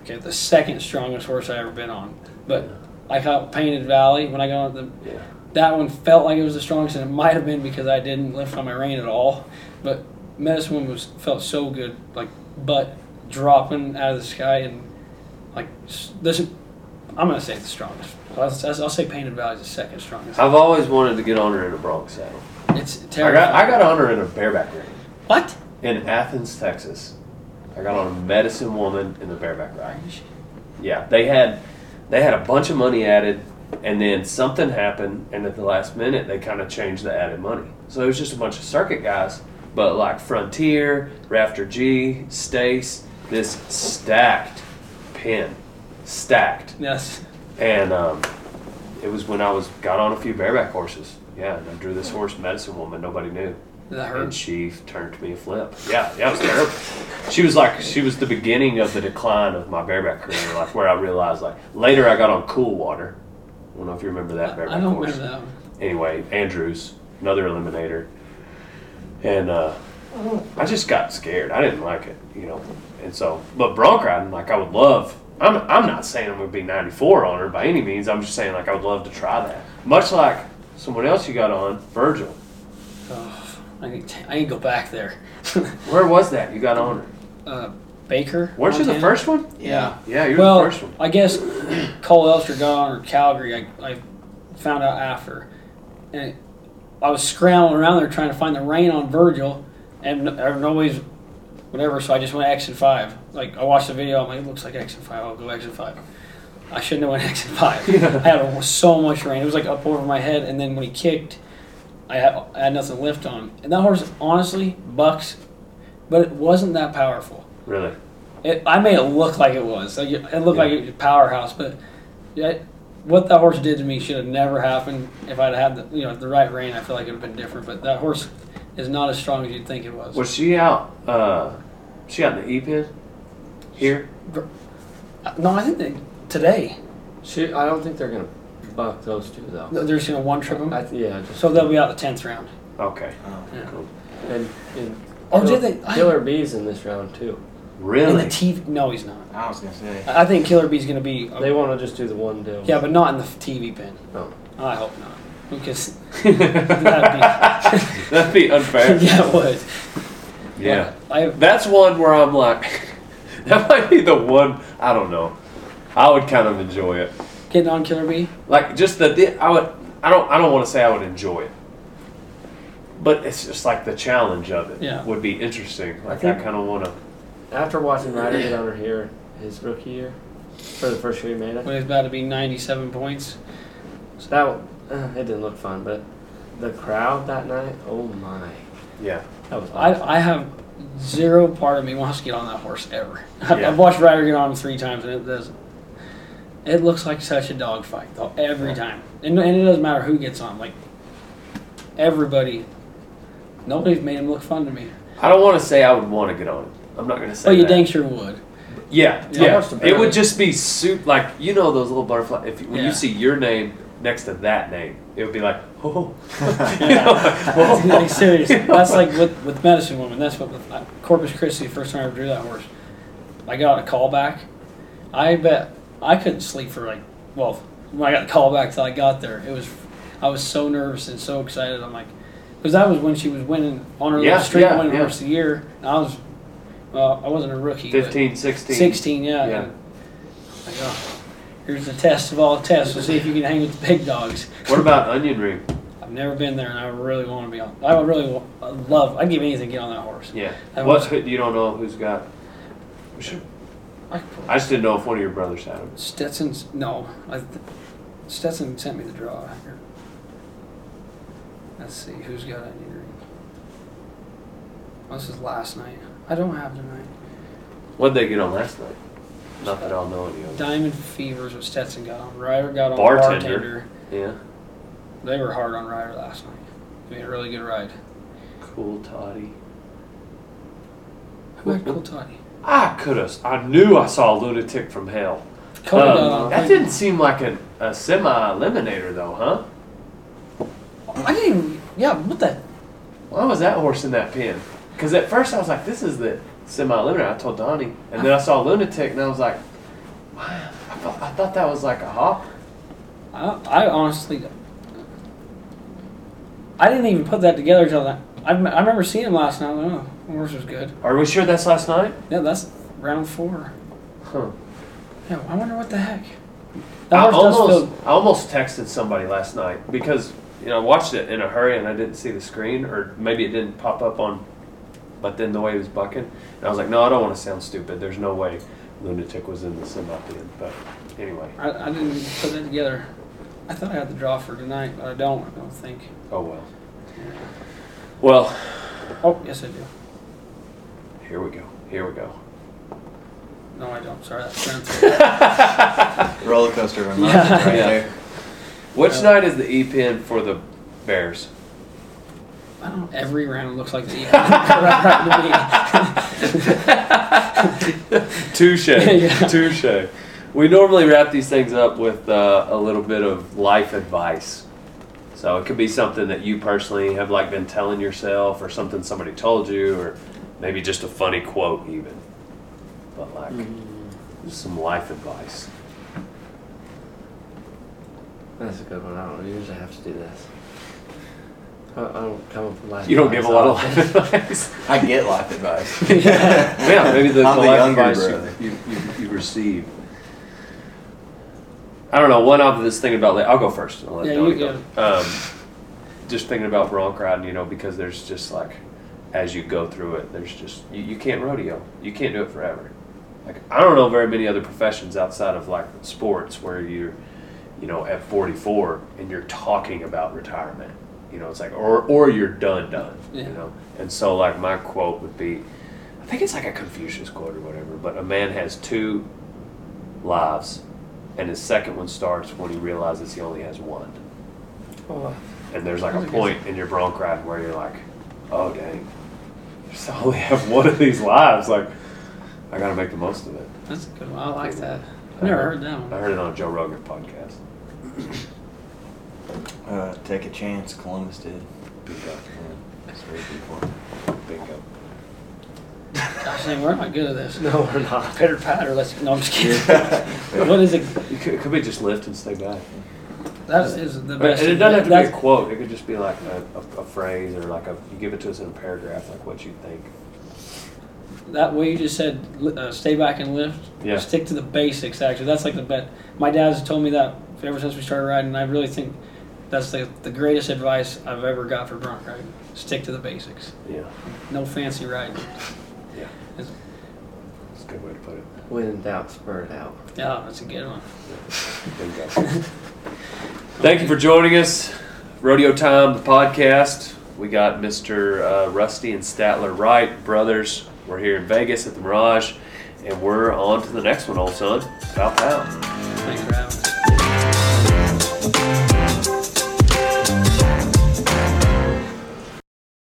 C: okay, the second strongest horse I ever been on. But like how Painted Valley, when I got on the,
A: Yeah.
C: that one felt like it was the strongest, and it might have been because I didn't lift on my rein at all. But Medicine Woman was felt so good, like butt dropping out of the sky, and like s- this. I'm gonna say it's the strongest. I'll, I'll say Painted Valley is the second strongest.
A: I've always wanted to get on her in a Bronx saddle.
C: It's
A: I got,
C: terrifying.
A: I got on her in a bareback ring
C: what?
A: in Athens, Texas. I got on a medicine woman in the bareback ride. Yeah, they had they had a bunch of money added, and then something happened, and at the last minute they kind of changed the added money. So it was just a bunch of circuit guys, but like Frontier, Rafter G, Stace, this stacked pin, stacked,
C: Yes.
A: and um, it was when I was got on a few bareback horses. Yeah, and I drew this horse, Medicine Woman. Nobody knew.
C: Did that
A: And
C: hurt?
A: she turned me a flip. Yeah, yeah, it was terrible. She was like, she was the beginning of the decline of my bareback career. Like where I realized, like later I got on Cool Water. I don't know if you remember that bareback
C: I don't
A: horse.
C: remember that one.
A: Anyway, Andrews, another eliminator, and uh, I just got scared. I didn't like it, you know. And so, but bronc riding, like I would love. I'm I'm not saying I'm gonna be 94 on her by any means. I'm just saying like I would love to try that. Much like someone else you got on, Virgil.
C: Oh, I need to, I need to go back there.
A: Where was that you got on her?
C: uh, Baker.
A: Weren't you the
C: Montana?
A: first one?
C: Yeah.
A: Yeah, you were
C: well,
A: the first one.
C: I guess Cole Elster got on or Calgary. I, I found out after, and I was scrambling around there trying to find the rein on Virgil, and no- or nobody's whatever. So I just went exit five. Like I watched the video, I'm like, it looks like exit five. I'll go exit five. I shouldn't have went exit five. I had so much rain. It was like up over my head, and then when he kicked, I had, I had nothing left on. And that horse, honestly, bucks, but it wasn't that powerful.
A: Really?
C: It, I made it look like it was. Like, it looked
A: Yeah.
C: like it was a powerhouse, but yeah, what that horse did to me should have never happened. If I'd had the you know the right rein, I feel like it would have been different. But that horse is not as strong as you'd think it was.
A: Was she out? Uh, she out in the E pin here?
C: no, I think they, today
B: Shoot, I don't think they're gonna buck those two though.
C: they're just gonna one trip them.
B: I, yeah, just
C: So they'll be out the tenth round.
A: Okay.
B: and, and
C: Oh,
B: Kill-
C: did they? I-
B: Killer Bees in this round too.
C: And the
A: Really?
C: TV? No, he's not.
D: I was gonna say.
C: I I think Killer Bee's gonna be.
B: They want to just do the one deal.
C: yeah, but not in the TV pen.
A: Oh.
B: No.
C: I hope not. Because
A: That'd be, unfair.
C: yeah, it would.
A: Yeah.
C: I
A: That's one where I'm like, that might be the one. I don't know. I would kind of enjoy it.
C: getting on Killer Bee.
A: Like just the di- I would. I don't. I don't want to say I would enjoy it. But it's just like the challenge of it
C: Yeah.
A: would be interesting. Like I
B: think-
A: kind of want to.
B: After watching Ryder get on her here his rookie year, for the first year he made it,
C: When it's about to be ninety-seven points.
B: so that uh, it didn't look fun. But the crowd that night, oh my,
A: Yeah.
B: that was awesome.
C: I, I have zero part of me wants to get on that horse ever. I've-
A: Yeah.
C: I've watched Ryder get on him three times, and it doesn't. It looks like such a dogfight though every time, and, and it doesn't matter who gets on. Like everybody, nobody's made him look fun to me. Oh,
A: I don't want to say I would want to get on it. I'm not going to say.
C: But Oh, you
A: that.
C: dang sure would.
A: Yeah,
C: Yeah.
A: yeah.
B: Almost a
A: It would
B: bird.
A: just be soup, like you know those little butterfly. If when
C: Yeah.
A: you see your name next to that name, it would be like, oh, You know, oh. like, whoa.
C: like, seriously, that's like with, with medicine woman. That's what with, uh, Corpus Christi. First time I ever drew that horse, I got a call back. I bet I couldn't sleep for like well when I got the call back till I got there. It was I was so nervous and so excited. I'm like because that was when she was winning on her
A: Yeah,
C: little streak,
A: yeah,
C: winning
A: yeah.
C: horse of the year. And I was well, I wasn't a rookie. but
A: 15, 16.
C: 16, yeah.
A: Yeah.
C: Like, oh, here's the test of all tests. We'll see if you can hang with the big dogs.
A: What about onion ring?
C: I've never been there, and I really want to be on. I would really wa- I love. I'd give anything to get on that horse.
A: Yeah.
C: I
A: What
C: was-
A: who- you don't know who's got? we should-
C: I could pull-
A: I just didn't know if one of your brothers had them.
C: Stetson's no. I, th- Stetson sent me the draw. Here. Let's see who's got an earring. This is last night. I don't have tonight.
A: What did they get on last night? Not that I'll know any of them.
C: Diamond Fever's what Stetson got on. Ryder got on
A: Bartender.
C: bartender.
A: Yeah.
C: They were hard on Ryder last night. It was a really good ride.
A: Cool toddy.
C: Who had Cool Toddy?
A: I could have. I knew I saw lunatic from hell.
C: Cody
A: Um,
C: got on.
A: that didn't seem like a, a semi eliminator though, huh?
C: I didn't. even- Yeah. What the?
A: Why was that horse in that pen? Because at first I was like, this is the semi limiter. I told Donnie. And then I saw Lunatic and I was like, I thought, I thought that was like a hop.
C: I, I honestly, I didn't even put that together until that. I, m- I remember seeing him last night. I was like, oh, horse was good.
A: Are we sure that's last night?
C: Yeah, that's round four.
A: Huh.
C: Yeah, I wonder what the heck. That
A: I
C: horse does
A: almost,
C: feel-
A: I almost texted somebody last night because you know I watched it in a hurry and I didn't see the screen, or maybe it didn't pop up on. But then the way he was bucking, and I was like, no, I don't want to sound stupid. There's no way lunatic was in the sim at the end. But anyway,
C: I, I didn't even put that together. I thought I had the draw for tonight, but I don't. I don't think.
A: oh well. Well,
C: Oh, yes, I do.
A: here we go. Here we go.
C: No, I don't. Sorry, that's round three.
D: Roller coaster of emotions
C: Yeah.
D: right
A: Yeah.
D: there.
A: Which
C: Uh,
A: night is the E pin for the Bears?
C: I don't. Every round looks like the evening. Right to me.
A: Touche.
C: Yeah.
A: Touche. We normally wrap these things up with uh, a little bit of life advice. So it could be something that you personally have like been telling yourself, or something somebody told you, or maybe just a funny quote even. But like, just some life advice.
B: That's a good one. I don't usually have to do this. I, I don't come up with life.
A: You don't give a lot of life
B: advice.
A: advice.
D: I get life advice.
A: yeah, maybe the, the
D: I'm the
A: life
D: younger
A: advice
D: brother.
A: you, you, you, you receive. I don't know. One of this thing about I'll go first. And I'll let
C: Yeah,
A: Donnie
C: you-
A: go. Um, just thinking about bronc riding, you know, because there's just like, as you go through it, there's just you, you can't rodeo. You can't do it forever. Like I don't know very many other professions outside of like sports where you're, you know, at 44 and you're talking about retirement. You know, it's like or or you're done done.
C: Yeah.
A: You know, and so like my quote would be, I think it's like a Confucius quote or whatever, but a man has two lives, and his second one starts when he realizes he only has one. And there's like a point in your bronc ride where you're like, oh dang, I just only have one of these lives. Like, I gotta make the most of it.
C: That's a good. One. I like that. I've never heard that
A: I
C: one.
A: heard it on a Joe Rogan podcast.
D: Uh, take a chance. Columbus did.
A: Bingo.
D: Yeah, that's very good point.
A: Bingo.
C: Gosh dang, we're not good at this.
B: No, we're not.
C: Pitter patter. Let's. No, I'm just kidding. what is it?
A: You could, it could be just lift and stay back.
C: That is the
A: But
C: best.
A: it doesn't have to be a
C: That's-
A: quote. It could just be like a, a, a phrase or like a you give it to us in a paragraph, like what you think.
C: That way you just said, li- uh, stay back and lift.
A: Yeah.
C: Stick to the basics. Actually, that's like the bet. My dad's told me that ever since we started riding. and I really think that's the the greatest advice I've ever got for bronc riding. Stick to the basics.
A: Yeah,
C: No fancy riding.
A: yeah.
C: It's-
A: That's a good way to put it.
B: When in doubt, spur it out.
C: Yeah, that's a good one.
A: Bingo. Thank you for joining us, Rodeo Time, the podcast. We got Mr. Uh, Rusty and Statler Wright brothers. We're here in Vegas at the Mirage, and we're on to the next one, old son. About that.
C: Thanks for having us.